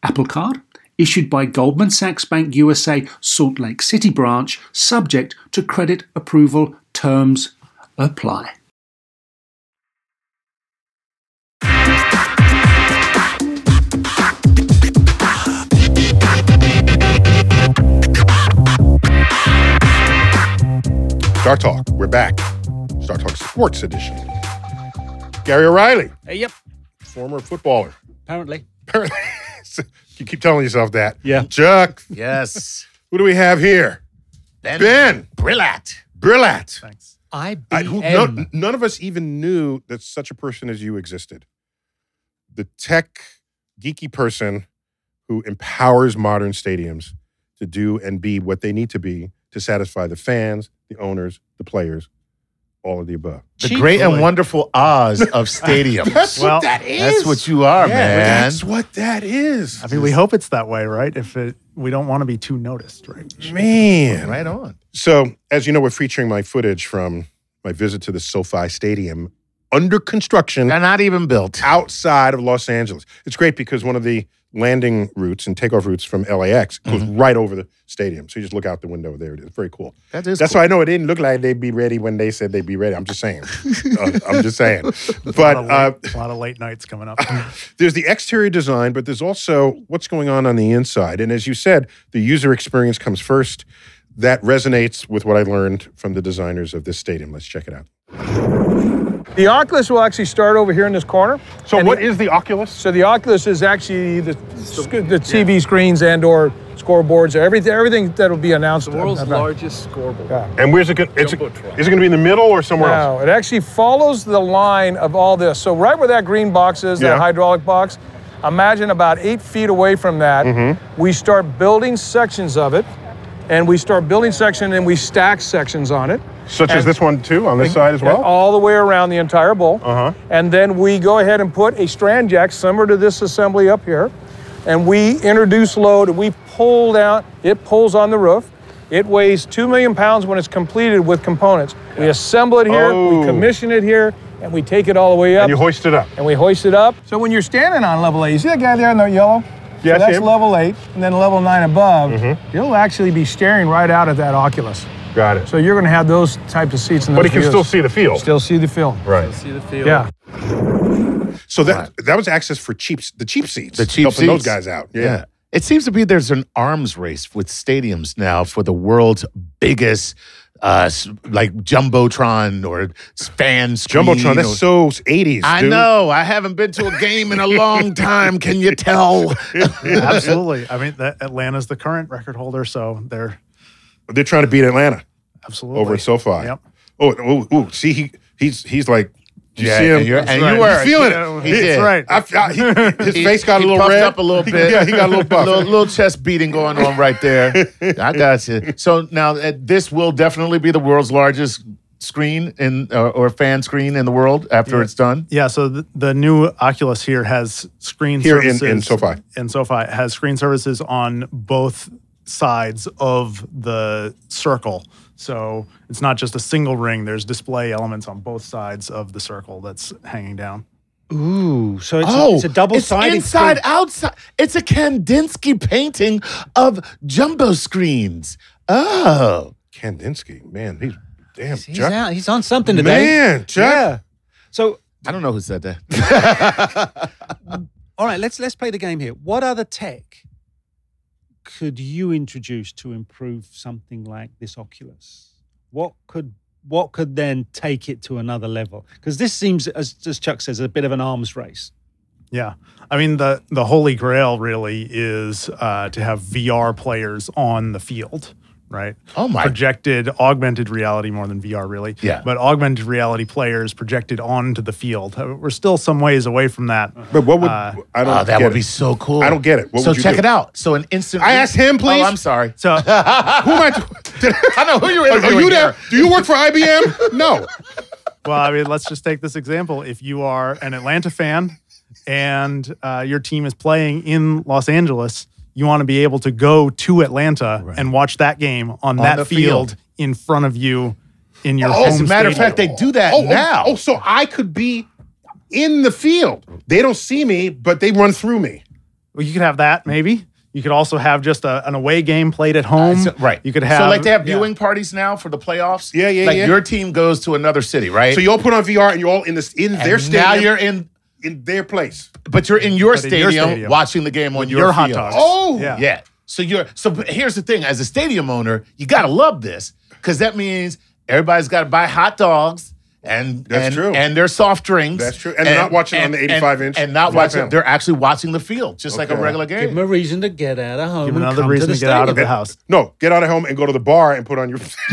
Speaker 9: Apple Card, issued by Goldman Sachs Bank USA Salt Lake City branch, subject to credit approval. Terms apply.
Speaker 2: Star Talk, we're back. Star Talk Sports Edition. Gary O'Reilly,
Speaker 7: Uh, yep,
Speaker 2: former footballer.
Speaker 7: apparently.
Speaker 2: Apparently, you keep telling yourself that.
Speaker 7: Yeah.
Speaker 2: Chuck,
Speaker 5: Yes.
Speaker 2: who do we have here?
Speaker 5: Ben,
Speaker 2: Ben
Speaker 5: Brillat.
Speaker 2: Brillat.
Speaker 3: IBM.
Speaker 2: I, who, none, none of us even knew that such a person as you existed. The tech geeky person who empowers modern stadiums to do and be what they need to be to satisfy the fans, the owners, the players, all of the above.
Speaker 5: The great and wonderful Oz of stadiums.
Speaker 2: That's
Speaker 4: Well,
Speaker 2: what that is.
Speaker 5: That's what you are,
Speaker 2: Yeah,
Speaker 5: man.
Speaker 2: That's what that is.
Speaker 4: I mean, we hope it's that way, right? If it, we don't want to be too noticed, right?
Speaker 2: Man.
Speaker 5: Right on.
Speaker 2: So, as you know, we're featuring my footage from my visit to the SoFi Stadium under construction
Speaker 5: They're not even built.
Speaker 2: outside of Los Angeles. It's great because one of the landing routes and takeoff routes from LAX goes right over the stadium. So you just look out the window. There it is. Very cool.
Speaker 5: That is
Speaker 2: That's
Speaker 5: cool.
Speaker 2: why I know it didn't look like they'd be ready when they said they'd be ready. I'm just saying. Uh, I'm just saying. But
Speaker 4: a, lot
Speaker 2: uh,
Speaker 4: of late, a lot of late nights coming up.
Speaker 2: there's the exterior design, but there's also what's going on on the inside. And as you said, the user experience comes first. That resonates with what I learned from the designers of this stadium. Let's check it out.
Speaker 6: The Oculus will actually start over here in this corner.
Speaker 8: So
Speaker 6: And
Speaker 8: what
Speaker 6: the-
Speaker 8: is the Oculus?
Speaker 6: So the Oculus is actually the sc- the TV screens and or scoreboards, everything everything that'll be announced. about-
Speaker 8: largest scoreboard.
Speaker 2: And where's it going? Is it
Speaker 8: Jumbotron.
Speaker 2: going to be in the middle or somewhere else?
Speaker 6: No, it actually follows the line of all this. So right where that green box is,
Speaker 2: Yeah.
Speaker 6: that hydraulic box, imagine about eight feet away from that,
Speaker 2: Mm-hmm.
Speaker 6: we start building sections of it, and we start building section and we stack sections on it.
Speaker 2: Such as this one too, on this side as well.
Speaker 6: All the way around the entire bowl. Uh-huh. And then we go ahead and put a strand jack similar to this assembly up here. And we introduce load and we pull down, it pulls on the roof. It weighs 2 million pounds when it's completed with components. We assemble it here,
Speaker 2: Oh.
Speaker 6: we commission it here, and we take it all the way up
Speaker 2: And you hoist it up.
Speaker 6: and we hoist it up. So when you're standing on level eight, you see that guy there in the yellow?
Speaker 2: Yeah, I
Speaker 6: so
Speaker 2: see
Speaker 6: that's
Speaker 2: him. Mm-hmm.
Speaker 6: level eight, and then level nine above, you'll actually be staring right out at that Oculus.
Speaker 2: Got it.
Speaker 6: So you're going to have those types of seats. And
Speaker 2: but
Speaker 6: those
Speaker 2: you can
Speaker 6: views.
Speaker 2: still see the field.
Speaker 6: Still see the field.
Speaker 2: Right.
Speaker 8: See the field.
Speaker 6: Yeah.
Speaker 2: So that that was access for cheap the cheap seats.
Speaker 5: The cheap
Speaker 2: helping those
Speaker 5: seats.
Speaker 2: guys out. Yeah.
Speaker 5: It seems to be there's an arms race with stadiums now for the world's biggest, uh, s- like jumbotron or s- fan screen.
Speaker 2: Jumbotron.
Speaker 5: or-
Speaker 2: That's so 80s.
Speaker 5: I
Speaker 2: dude.
Speaker 5: know. I haven't been to a game in a long time. Can you tell?
Speaker 4: absolutely. I mean, that Atlanta's the current record holder, so they're
Speaker 2: They're trying to beat Atlanta
Speaker 4: absolutely
Speaker 2: over at SoFi.
Speaker 4: Yep.
Speaker 2: Oh, oh, oh, see, he he's he's like. Did you
Speaker 5: Yeah,
Speaker 2: see him?
Speaker 5: and you're- and you
Speaker 2: He's
Speaker 5: were.
Speaker 2: feeling it.
Speaker 5: He did.
Speaker 4: right.
Speaker 2: I, I, he, his face got
Speaker 5: He
Speaker 2: a little
Speaker 5: puffed
Speaker 2: red.
Speaker 5: up a little
Speaker 2: He-
Speaker 5: bit.
Speaker 2: yeah, he got a little
Speaker 5: A
Speaker 2: buff.
Speaker 5: little, little chest beating going on right there. I got you. So now uh, this will definitely be the world's largest screen in uh, or fan screen in the world after it's done.
Speaker 4: Yeah, so the, the new Oculus here has screen
Speaker 2: Here in- in
Speaker 4: services
Speaker 2: SoFi.
Speaker 4: In SoFi it has screen services on both sides of the circle. So it's not just a single ring. There's display elements on both sides of the circle that's hanging down.
Speaker 7: Ooh, so it's, a, Oh, it's a
Speaker 5: it's
Speaker 7: double-sided
Speaker 5: inside
Speaker 7: screen.
Speaker 5: outside. It's a Kandinsky painting of jumbo screens. Oh,
Speaker 2: Kandinsky, man, he's damn.
Speaker 7: He's
Speaker 2: Chuck.
Speaker 7: out. He's on something today.
Speaker 2: Man, Chuck.
Speaker 7: Yeah. So,
Speaker 5: I don't know who said that.
Speaker 7: all right, let's let's play the game here. What other tech could you introduce to improve something like this Oculus? What could what could then take it to another level? Because this seems, as, as Chuck says, a bit of an arms race.
Speaker 4: Yeah, I mean the the holy grail really is uh, to have VR players on the field, right?
Speaker 5: Oh my-
Speaker 4: Projected augmented reality more than VR really.
Speaker 5: Yeah.
Speaker 4: But augmented reality players projected onto the field. Uh, We're still some ways away from that.
Speaker 2: But what would
Speaker 4: Uh,
Speaker 2: I don't?
Speaker 5: Oh, that
Speaker 2: get
Speaker 5: would
Speaker 2: it.
Speaker 5: be so cool.
Speaker 2: I don't get it. What
Speaker 5: so
Speaker 2: would you
Speaker 5: check
Speaker 2: do?
Speaker 5: it out. So an instant.
Speaker 2: I asked him, please.
Speaker 5: Oh, I'm sorry.
Speaker 4: So
Speaker 2: Who am I? To, did,
Speaker 5: I know who Oh, you're
Speaker 2: are, are
Speaker 5: interviewing.
Speaker 2: you
Speaker 5: here.
Speaker 2: there? Do you work for IBM? No.
Speaker 4: well, I mean, let's just take this example. If you are an Atlanta fan and uh, your team is playing in Los Angeles, you want to be able to go to Atlanta and watch that game on,
Speaker 5: the
Speaker 4: that
Speaker 5: field.
Speaker 4: field. in front of you in your home.
Speaker 5: Oh, As a matter of
Speaker 4: stadium.
Speaker 5: fact, they do that
Speaker 2: Oh, oh,
Speaker 5: now.
Speaker 2: Oh, so I could be in the field. They don't see me, but they run through me.
Speaker 4: Well, you could have that maybe. You could also have just a, an away game played at home.
Speaker 5: Uh, So- right.
Speaker 4: You could have.
Speaker 5: so like they have
Speaker 4: yeah.
Speaker 5: viewing parties now for the playoffs.
Speaker 2: Yeah, yeah,
Speaker 5: like
Speaker 2: yeah.
Speaker 5: Your team goes to another city, right?
Speaker 2: So you all put on VR and you're all in this in
Speaker 5: And
Speaker 2: their stadium.
Speaker 5: Now you're in,
Speaker 2: in their place.
Speaker 5: but you're in your,
Speaker 4: But in
Speaker 5: stadium,
Speaker 4: your stadium.
Speaker 5: watching the game on your,
Speaker 4: your hot
Speaker 5: field.
Speaker 4: dogs.
Speaker 5: Oh, yeah.
Speaker 4: Yeah.
Speaker 5: So you're so but here's the thing: as a stadium owner, you gotta love this because that means everybody's got to buy hot dogs. And,
Speaker 2: That's
Speaker 5: and,
Speaker 2: true.
Speaker 5: and their soft drinks.
Speaker 2: That's true. And they're not watching on the 85
Speaker 5: and-
Speaker 2: inch
Speaker 5: And not
Speaker 2: flat
Speaker 5: watching.
Speaker 2: panel.
Speaker 5: They're actually watching the field, just like a
Speaker 2: Okay.
Speaker 5: regular
Speaker 7: Give
Speaker 5: game.
Speaker 7: him a reason to get out of home.
Speaker 4: Give 'em
Speaker 7: and
Speaker 4: another
Speaker 7: come to
Speaker 4: reason
Speaker 7: the
Speaker 4: to get out of
Speaker 7: stadium.
Speaker 4: the house.
Speaker 2: No, get out of home and go to the bar and put on your.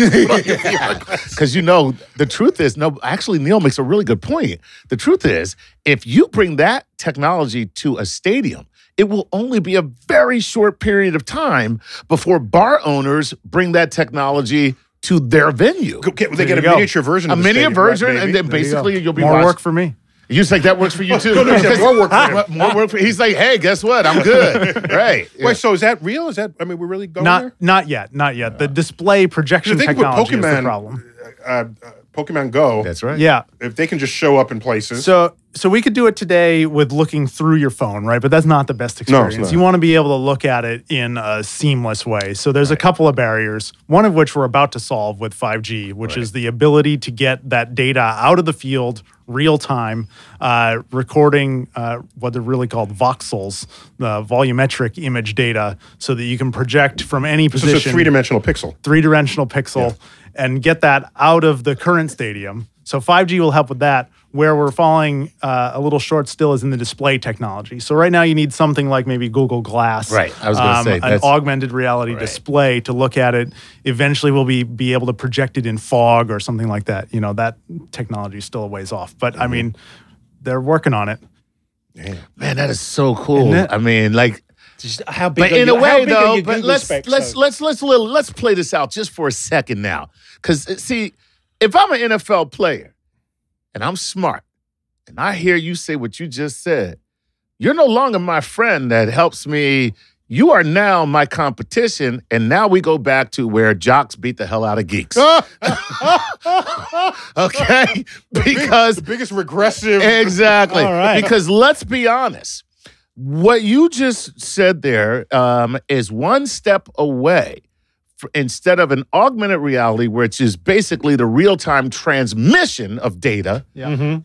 Speaker 5: Because you know, the truth is, no, actually, Neil makes a really good point. The truth is, if you bring that technology to a stadium, it will only be a very short period of time before bar owners bring that technology to their venue.
Speaker 2: Okay, well, they get a
Speaker 4: you go.
Speaker 2: miniature version.
Speaker 5: A
Speaker 2: of the
Speaker 5: mini
Speaker 2: stadium, right,
Speaker 5: version,
Speaker 2: baby?
Speaker 5: and then
Speaker 2: There you go.
Speaker 5: basically you will be
Speaker 4: more
Speaker 5: watching-
Speaker 4: work for me.
Speaker 5: You think that works for you too?
Speaker 2: no, he said more work for him.
Speaker 5: More work for- He's like, hey, guess what? I'm good. right?
Speaker 2: Wait, so is that real? Is that? I mean, we're really going
Speaker 4: Not
Speaker 2: there.
Speaker 4: not yet. Not yet. The display projection
Speaker 2: The thing with
Speaker 4: technology is
Speaker 2: Pokemon-
Speaker 4: the problem.
Speaker 2: Uh, uh, Pokemon Go.
Speaker 5: That's right.
Speaker 4: Yeah.
Speaker 2: If they can just show up in places.
Speaker 4: So so we could do it today with looking through your phone, right? But that's not the best
Speaker 2: No, it's
Speaker 4: experience.
Speaker 2: not.
Speaker 4: You want to be able to look at it in a seamless way. So there's a couple of barriers, one of which we're about to solve with 5G, which is the ability to get that data out of the field real time, uh, recording uh, what they're really called voxels, the volumetric image data, so that you can project from any
Speaker 2: So it's a
Speaker 4: position
Speaker 2: three dimensional pixel.
Speaker 4: three dimensional pixel and get that out of the current stadium So 5G will help with that. Where we're falling uh, a little short still is in the display technology. So right now you need something like maybe Google Glass, um,
Speaker 5: Right, I was gonna say,
Speaker 4: an
Speaker 5: that's-
Speaker 4: augmented reality display to look at it. Eventually we'll be be able to project it in fog or something like that. You know that technology is still a ways off, but
Speaker 5: Mm-hmm.
Speaker 4: I mean they're working on it.
Speaker 5: Man, that is so cool.
Speaker 4: Isn't it?
Speaker 5: I mean, like
Speaker 7: Just how big
Speaker 5: but
Speaker 7: are
Speaker 5: in
Speaker 7: you-
Speaker 5: a
Speaker 7: how
Speaker 5: way
Speaker 7: big are
Speaker 5: though
Speaker 7: your
Speaker 5: but
Speaker 7: Google
Speaker 5: let's
Speaker 7: specs,
Speaker 5: let's
Speaker 7: though?
Speaker 5: let's let's little, let's play this out just for a second now because see if i'm an nfl player and i'm smart and i hear you say what you just said you're no longer my friend that helps me you are now my competition and now we go back to where jocks beat the hell out of geeks okay because
Speaker 2: the biggest regressive.
Speaker 5: Exactly.
Speaker 7: All right.
Speaker 5: Because let's be honest, what you just said there um, is one step away. f- Instead of an augmented reality, which is basically the real time transmission of data,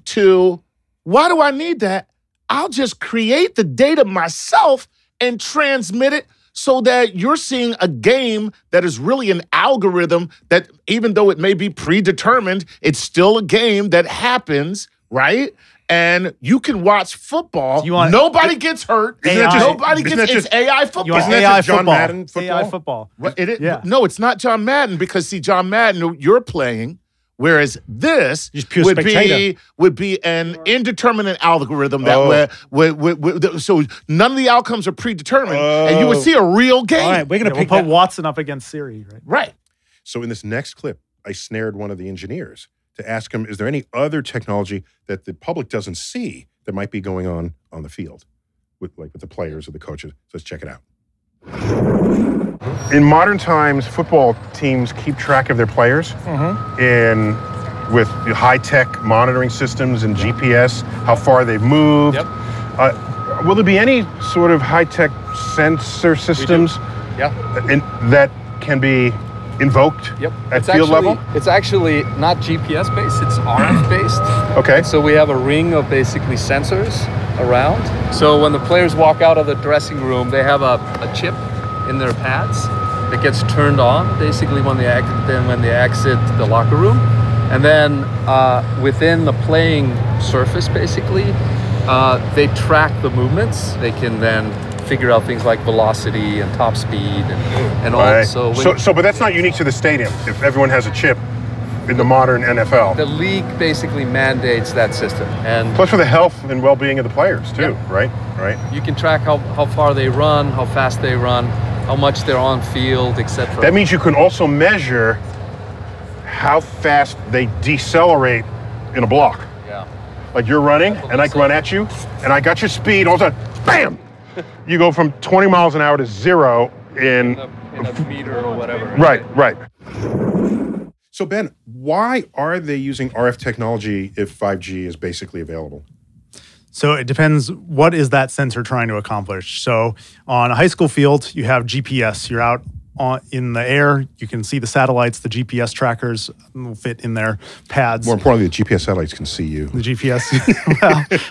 Speaker 5: to why do I need that? I'll just create the data myself and transmit it so that you're seeing a game that is really an algorithm that, even though it may be predetermined, it's still a game that happens, right? And you can watch football.
Speaker 4: You want-
Speaker 5: nobody gets hurt.
Speaker 4: that just-
Speaker 5: nobody
Speaker 2: isn't
Speaker 5: gets.
Speaker 2: that
Speaker 5: it's
Speaker 2: just-
Speaker 5: AI football.
Speaker 4: You want
Speaker 2: Isn't that
Speaker 4: AI
Speaker 2: just John
Speaker 4: football?
Speaker 2: Madden
Speaker 4: AI
Speaker 2: football?
Speaker 4: football.
Speaker 5: Well, it is-
Speaker 4: Yeah.
Speaker 5: No, it's not John Madden because see, John Madden, you're playing, whereas this
Speaker 7: Just pure
Speaker 5: would be
Speaker 7: spectator.
Speaker 5: would be an indeterminate algorithm that
Speaker 2: Oh.
Speaker 5: where, where, where- where- so none of the outcomes are predetermined, and you would
Speaker 2: Oh.
Speaker 5: see a real game,
Speaker 7: All right, we're gonna
Speaker 4: Yeah, we'll
Speaker 7: pick
Speaker 4: put
Speaker 7: that.
Speaker 4: Watson up against Siri, right?
Speaker 5: right?
Speaker 2: So in this next clip, I snared one of the engineers to ask him, is there any other technology that the public doesn't see that might be going on on the field with like with the players or the coaches? So let's check it out. In modern times, football teams keep track of their players
Speaker 8: Mm-hmm.
Speaker 2: in with high-tech monitoring systems and GPS, how far they've moved.
Speaker 8: Yep.
Speaker 2: Uh, will there be any sort of high-tech sensor systems
Speaker 8: Yeah.
Speaker 2: in, that can be invoked
Speaker 8: Yep.
Speaker 2: at field
Speaker 8: actually,
Speaker 2: level?
Speaker 8: It's actually not GPS based. It's RF based.
Speaker 2: Okay.
Speaker 8: So we have a ring of basically sensors around. So when the players walk out of the dressing room, they have a, a chip in their pads that gets turned on basically when they act, then when they exit the locker room, and then uh, within the playing surface, basically, uh, they track the movements. They can then figure out things like velocity and top speed and, and all.
Speaker 2: Right.
Speaker 8: So, when-
Speaker 2: so, so, but that's not unique to the stadium. If everyone has a chip in the modern
Speaker 8: the
Speaker 2: NFL,
Speaker 8: league basically mandates that system, and
Speaker 2: plus for the health and well-being of the players too, right? Right.
Speaker 8: you can track how, how far they run, how fast they run, how much they're on field, etc.
Speaker 2: That means you can also measure how fast they decelerate in a block.
Speaker 8: yeah.
Speaker 2: Like you're running, and I can run at you, and I got your speed. All of a sudden, bam! You go from 20 miles an hour to zero in
Speaker 8: In a, in a meter or whatever.
Speaker 2: Right, right. So Ben, why are they using RF technology if 5G is basically available?
Speaker 4: So it depends what is that sensor trying to accomplish. So on a high school field, you have GPS. You're out on, in the air. You can see the satellites. The GPS trackers will fit in their pads.
Speaker 2: More importantly, the GPS satellites can see you.
Speaker 4: the GPS.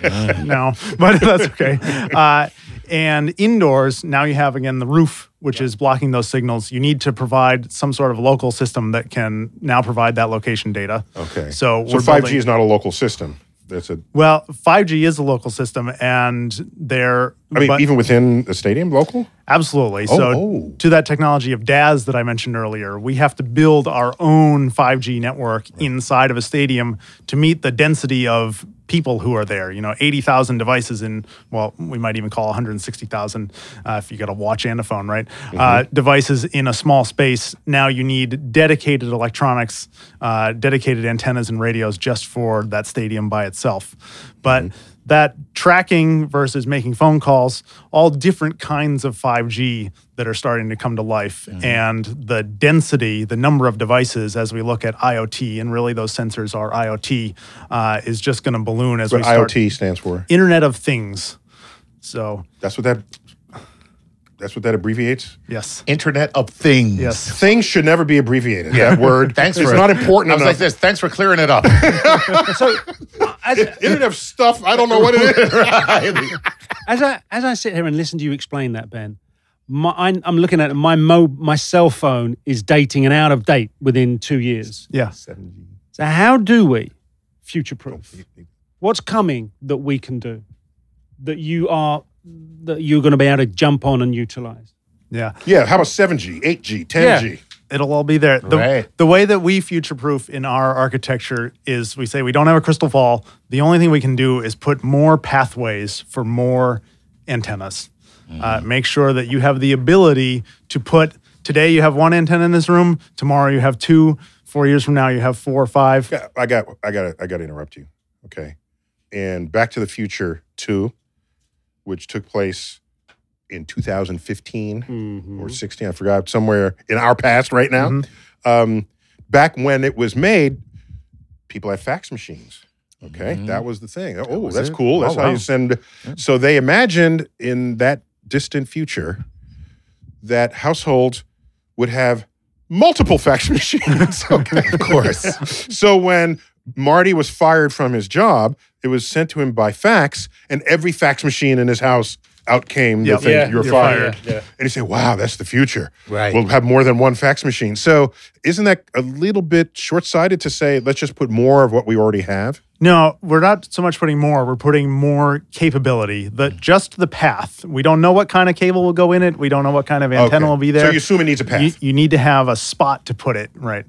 Speaker 4: well, no, but that's okay. Uh, and indoors, now you have again the roof, which is blocking those signals. You need to provide some sort of local system that can now provide that location data.
Speaker 2: Okay.
Speaker 4: So,
Speaker 2: so
Speaker 4: we're
Speaker 2: 5G
Speaker 4: building-
Speaker 2: is not a local system. That's a.
Speaker 4: well, 5G is a local system, and they're.
Speaker 2: I mean,
Speaker 4: but-
Speaker 2: even within a stadium, local.
Speaker 4: Absolutely.
Speaker 2: Oh,
Speaker 4: so,
Speaker 2: oh.
Speaker 4: to that technology of DAS that I mentioned earlier, we have to build our own 5G network inside of a stadium to meet the density of people who are there. You know, 80,000 devices in, well, we might even call 160,000 uh, if you got a watch and a phone, right?
Speaker 2: Mm-hmm.
Speaker 4: Uh, devices in a small space. Now you need dedicated electronics, uh, dedicated antennas and radios just for that stadium by itself. But
Speaker 2: Mm-hmm.
Speaker 4: that tracking versus making phone calls, all different kinds of 5G that are starting to come to life. And the density, the number of devices as we look at IoT, and really those sensors are IoT, uh, is just going to balloon as
Speaker 2: But
Speaker 4: we start.
Speaker 2: IoT stands for.
Speaker 4: Internet of Things. So,
Speaker 2: That's what that. That's what that abbreviates.
Speaker 4: yes.
Speaker 5: Internet of Things.
Speaker 4: Yes.
Speaker 2: Things should never be abbreviated. Yeah. That word.
Speaker 5: Thanks
Speaker 2: It's
Speaker 5: for
Speaker 2: not important
Speaker 5: I was
Speaker 2: enough.
Speaker 5: like this. Thanks for clearing it up.
Speaker 7: So, as,
Speaker 2: Internet of stuff. I don't know what it is.
Speaker 7: as I as I sit here and listen to you explain that, Ben, my, I'm, I'm looking at it, my mo my cell phone is dating and out of date within two years.
Speaker 4: Yeah.
Speaker 7: So how do we future proof? What's coming that we can do that you are that you're going to be able to jump on and utilize?
Speaker 4: Yeah.
Speaker 2: Yeah, how about 7G, 8G, 10G?
Speaker 4: It'll all be there. The,
Speaker 5: Right.
Speaker 4: the way that we future proof in our architecture is we say we don't have a crystal ball. The only thing we can do is put more pathways for more antennas. Uh, make sure that you have the ability to put today you have one antenna in this room, tomorrow you have two, four years from now you have four or five.
Speaker 2: Yeah, I got, I got, I got to interrupt you. Okay, and Back to the Future Two, which took place in 2015
Speaker 5: Mm-hmm.
Speaker 2: or 16, I forgot, somewhere in our past right now.
Speaker 5: Mm-hmm.
Speaker 2: Um, back when it was made, people had fax machines. Okay, that was the thing. oh,
Speaker 5: Mm-hmm. was
Speaker 2: that's
Speaker 5: it.
Speaker 2: cool. That's
Speaker 5: Oh,
Speaker 2: how
Speaker 5: wow.
Speaker 2: you send. So they imagined in that distant future that households would have multiple fax machines. okay, of course. so when Marty was fired from his job, it was sent to him by fax, and every fax machine in his house out came the
Speaker 4: Yep.
Speaker 2: thing,
Speaker 4: Yeah,
Speaker 2: you're,
Speaker 4: you're
Speaker 2: fired.
Speaker 4: fired.
Speaker 2: And he said, wow, that's the future.
Speaker 5: Right.
Speaker 2: We'll have more than one fax machine. So isn't that a little bit short sighted to say, let's just put more of what we already have?
Speaker 4: No, we're not so much putting more, we're putting more capability. The just the path. We don't know what kind of cable will go in it. We don't know what kind of antenna
Speaker 2: Okay.
Speaker 4: will be there.
Speaker 2: So you assume it needs a path.
Speaker 4: You, you need to have a spot to put it, right?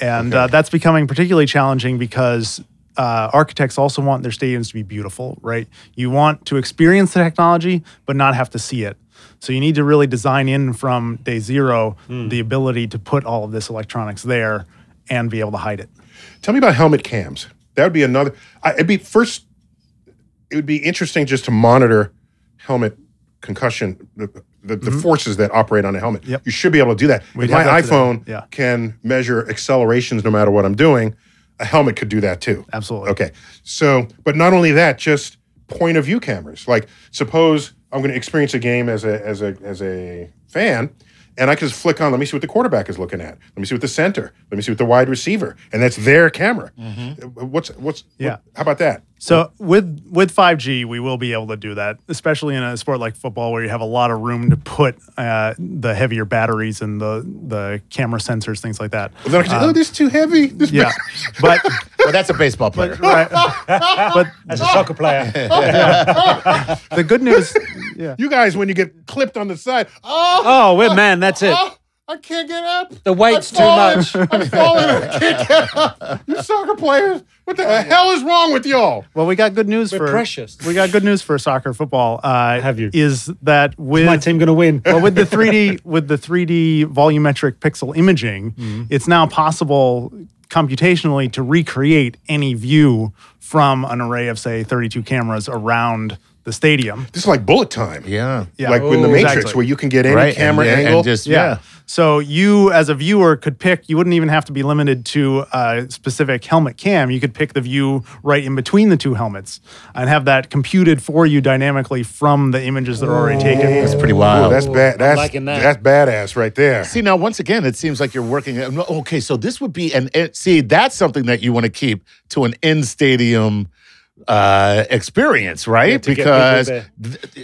Speaker 4: And uh, that's becoming particularly challenging because uh, architects also want their stadiums to be beautiful, right? You want to experience the technology, but not have to see it. So you need to really design in from day zero
Speaker 2: Hmm.
Speaker 4: the ability to put all of this electronics there and be able to hide it.
Speaker 2: Tell me about helmet cams. That would be another. I, it'd be first. It would be interesting just to monitor helmet concussion, the, the, the forces that operate on a helmet.
Speaker 4: Mm-hmm. Yep.
Speaker 2: You should be able to do that.
Speaker 4: We'd
Speaker 2: If my
Speaker 4: have that today.
Speaker 2: iPhone
Speaker 4: Yeah.
Speaker 2: can measure accelerations no matter what I'm doing. A helmet could do that too.
Speaker 4: Absolutely.
Speaker 2: Okay. So, but not only that, just point of view cameras. Like, suppose I'm going to experience a game as a as a as a fan, and I can just flick on. Let me see what the quarterback is looking at. Let me see what the center. Let me see what the wide receiver. And that's their camera. Uh, What's what's
Speaker 4: Mm-hmm. Yeah.
Speaker 2: what- how about that?
Speaker 4: So with with 5G, we will be able to do that, especially in a sport like football where you have a lot of room to put uh, the heavier batteries and the the camera sensors, things like that.
Speaker 2: Then I can say, oh, this is too heavy. This
Speaker 4: Um, Yeah, but
Speaker 5: Well, that's a baseball player.
Speaker 4: but
Speaker 7: As a soccer player,
Speaker 4: the good news, yeah,
Speaker 2: you guys when you get clipped on the side. Oh,
Speaker 7: oh, well, man, that's it.
Speaker 2: oh, I can't get up.
Speaker 7: The weight's
Speaker 2: I'm
Speaker 7: too
Speaker 2: falling.
Speaker 7: much.
Speaker 2: I'm falling. I can't get up. You soccer players, what
Speaker 4: Oh,
Speaker 2: the hell is wrong with y'all?
Speaker 4: Well, we got good news
Speaker 7: We're
Speaker 4: for
Speaker 7: precious.
Speaker 4: We got good news for soccer, football. Uh,
Speaker 7: Have you?
Speaker 4: Is that with
Speaker 7: My team going to win.
Speaker 4: well with the 3D with the 3D volumetric pixel imaging, it's now possible computationally to recreate any view from an array of say 32 cameras around the stadium.
Speaker 2: This is like bullet time.
Speaker 5: yeah.
Speaker 4: Yeah.
Speaker 2: like in the
Speaker 4: Oh,
Speaker 2: Matrix,
Speaker 4: exactly.
Speaker 2: where you can get any
Speaker 5: right.
Speaker 2: camera
Speaker 5: and,
Speaker 2: angle.
Speaker 5: And just, yeah.
Speaker 4: So you, as a viewer, could pick. You wouldn't even have to be limited to a specific helmet cam. You could pick the view right in between the two helmets and have that computed for you dynamically from the images that are already
Speaker 5: It's
Speaker 4: taken.
Speaker 5: pretty
Speaker 2: oh,
Speaker 5: wild.
Speaker 2: that's bad. That's
Speaker 7: liking that.
Speaker 2: that's badass right there.
Speaker 5: See now, once again, it seems like you're working. Okay, so this would be an it- see. That's something that you want to keep to an in stadium uh, experience, right?
Speaker 7: to get people
Speaker 5: because
Speaker 7: there.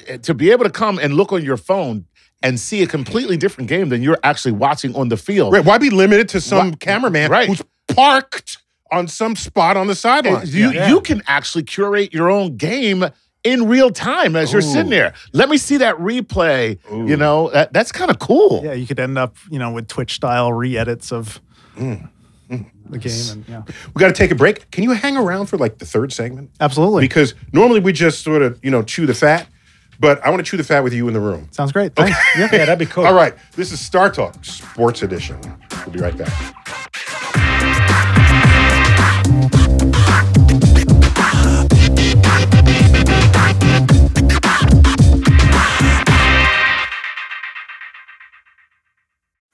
Speaker 5: th- to be able to come and look on your phone and see a completely different game than you're actually watching on the field.
Speaker 2: Right, why be limited to some cameraman
Speaker 5: right.
Speaker 2: who's parked on some spot on the
Speaker 5: Uh,
Speaker 2: sideline?
Speaker 5: You you can actually curate your own game in real time as you're sitting there. Let me see that replay. You know that, that's kind of cool.
Speaker 4: Yeah, you could end up, you know, with Twitch style re-edits of the game. And, yeah,
Speaker 2: We got to take a break. Can you hang around for like the third segment?
Speaker 4: absolutely.
Speaker 2: Because normally we just sort of you know chew the fat, but I want to chew the fat with you in the room.
Speaker 4: Sounds great. Thanks. Yeah.
Speaker 7: Yeah, that'd be cool.
Speaker 2: All right, this is Star Talk Sports Edition. We'll be right back.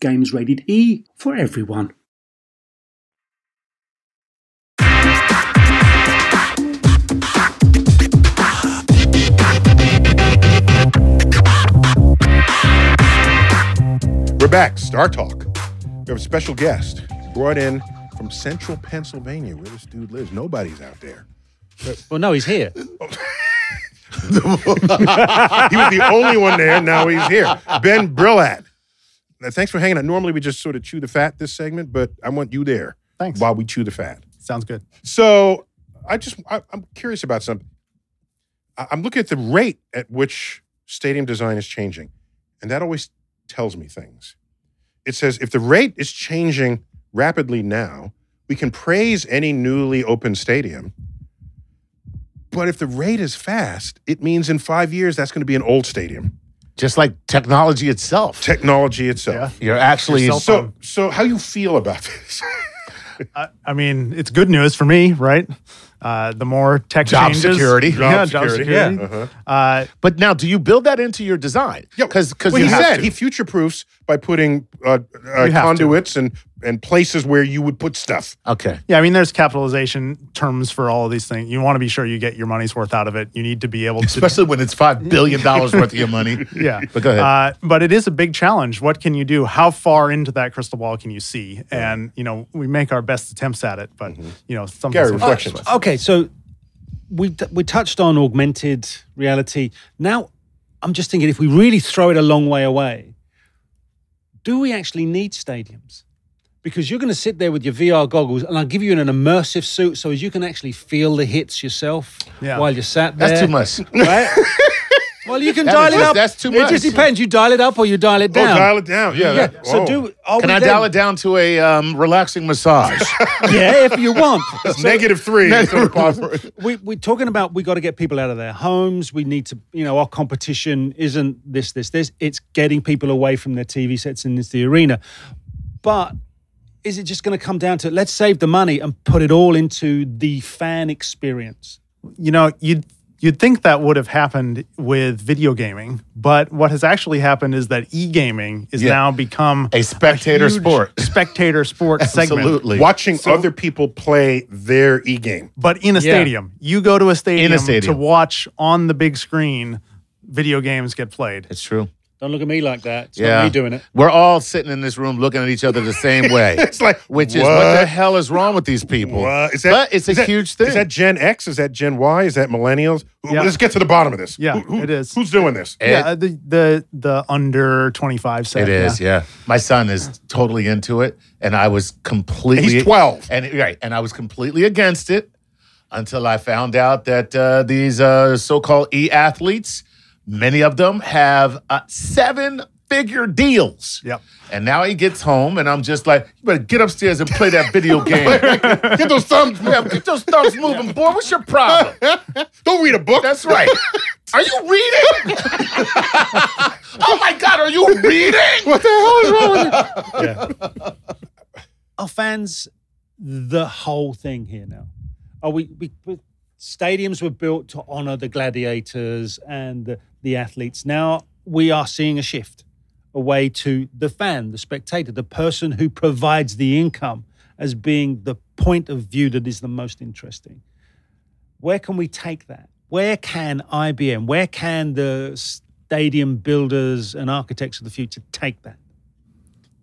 Speaker 9: Games rated E for everyone.
Speaker 2: back, Star Talk. We have a special guest brought in from central Pennsylvania, where this dude lives. Nobody's out there.
Speaker 3: Well, no, he's here.
Speaker 2: He was the only one there. Now he's here. Ben Brillat. Now, thanks for hanging out. Normally we just sort of chew the fat this segment, but I want you there
Speaker 4: Thanks.
Speaker 2: while we chew the fat.
Speaker 4: Sounds good.
Speaker 2: So I just I, I'm curious about something. I- I'm looking at the rate at which stadium design is changing, and that always tells me things. It says if the rate is changing rapidly now, we can praise any newly open stadium. But if the rate is fast, it means in five years that's going to be an old stadium.
Speaker 5: Just like technology itself.
Speaker 2: Technology itself.
Speaker 5: You're actually
Speaker 4: Yourself.
Speaker 2: So, so how you feel about this?
Speaker 4: I, I mean, it's good news for me, right? Uh, the more tech
Speaker 5: Job
Speaker 4: changes,
Speaker 5: security.
Speaker 4: yeah, job security.
Speaker 2: Uh-huh.
Speaker 4: Uh,
Speaker 5: But now, do you build that into your design?
Speaker 2: Yeah,
Speaker 5: because
Speaker 2: well,
Speaker 5: you
Speaker 2: he
Speaker 5: have
Speaker 2: said
Speaker 5: to.
Speaker 2: he future proofs by putting uh, uh,
Speaker 4: You have to.
Speaker 2: conduits and and places where you would put stuff.
Speaker 5: okay.
Speaker 4: Yeah, I mean, there's capitalization terms for all of these things. You want to be sure you get your money's worth out of it. You need to be able to.
Speaker 5: Especially when it's five billion dollars worth of your money.
Speaker 4: yeah.
Speaker 5: But go ahead.
Speaker 4: Uh, but it is a big challenge. What can you do? How far into that crystal ball can you see? And you know, we make our best attempts at it, but you know, something.
Speaker 2: Gary, reflections.
Speaker 3: Okay, so we t- we touched on augmented reality. Now, I'm just thinking if we really throw it a long way away, do we actually need stadiums? Because you're going to sit there with your VR goggles, and I'll give you an, an immersive suit so as you can actually feel the hits yourself
Speaker 4: Yeah.
Speaker 3: while you're sat there.
Speaker 5: That's too much.
Speaker 2: Oh,
Speaker 3: Right? well, you can
Speaker 5: That
Speaker 3: dial
Speaker 5: is-
Speaker 3: it up.
Speaker 5: that's too
Speaker 3: It just
Speaker 5: much.
Speaker 3: depends. You dial it up or you dial it
Speaker 2: Oh,
Speaker 3: down.
Speaker 2: dial it down. Yeah.
Speaker 3: yeah.
Speaker 2: that-
Speaker 3: So
Speaker 2: oh.
Speaker 3: do are
Speaker 5: Can
Speaker 3: we
Speaker 5: I
Speaker 3: then-
Speaker 5: dial it down to a um, relaxing massage?
Speaker 3: Yeah, if you want.
Speaker 2: It's negative three. instead of positive.
Speaker 3: we, we're talking about we got to get people out of their homes. We need to, you know, our competition isn't this, this, this. It's getting people away from their TV sets and into the arena. But is it just going to come down to let's save the money and put it all into the fan experience?
Speaker 4: you know, you'd you'd think that would have happened with video gaming, but what has actually happened is that e-gaming is
Speaker 5: Yeah.
Speaker 4: now become
Speaker 5: A spectator
Speaker 4: huge
Speaker 5: sport.
Speaker 4: spectator sport segment.
Speaker 5: Absolutely.
Speaker 2: Watching other people play their e game.
Speaker 4: But in a stadium, you go to a stadium,
Speaker 5: stadium.
Speaker 4: to watch on the big screen video games get played.
Speaker 5: It's true.
Speaker 3: Don't look at me like that. It's
Speaker 5: Yeah.
Speaker 3: not me doing it.
Speaker 5: We're all sitting in this room looking at each other the same way.
Speaker 2: It's like
Speaker 5: which is
Speaker 2: what?
Speaker 5: what the hell is wrong with these people?
Speaker 2: What? Is
Speaker 5: but it's a
Speaker 2: is that-
Speaker 5: huge thing.
Speaker 2: Is that Gen X? Is that Gen Y? Is that millennials? Who-
Speaker 4: Yeah.
Speaker 2: Let's get to the bottom of this.
Speaker 4: Yeah,
Speaker 2: Who- who-
Speaker 4: it is.
Speaker 2: Who's doing this?
Speaker 5: It-
Speaker 4: yeah, the the the under twenty five set.
Speaker 5: It is, yeah. My son is totally into it, and I was completely.
Speaker 2: He's 12.
Speaker 5: and right, and I was completely against it until I found out that uh, these uh, so-called e-athletes, many of them have uh, seven-figure deals.
Speaker 4: Yep.
Speaker 5: And now he gets home, and I'm just like, "You better get upstairs and play that video game.
Speaker 2: Get those thumbs.
Speaker 5: yeah, get those thumbs moving, boy. What's your problem?
Speaker 2: Don't read a book.
Speaker 5: That's right. Are you reading? oh my God, are you reading?
Speaker 2: what the hell is wrong with you?
Speaker 3: Are fans the whole thing here now? Are we, we, we stadiums were built to honor the gladiators and the, the athletes. Now we are seeing a shift away to the fan, the spectator, the person who provides the income as being the point of view that is the most interesting. Where can we take that? Where can IBM, where can the stadium builders and architects of the future take that?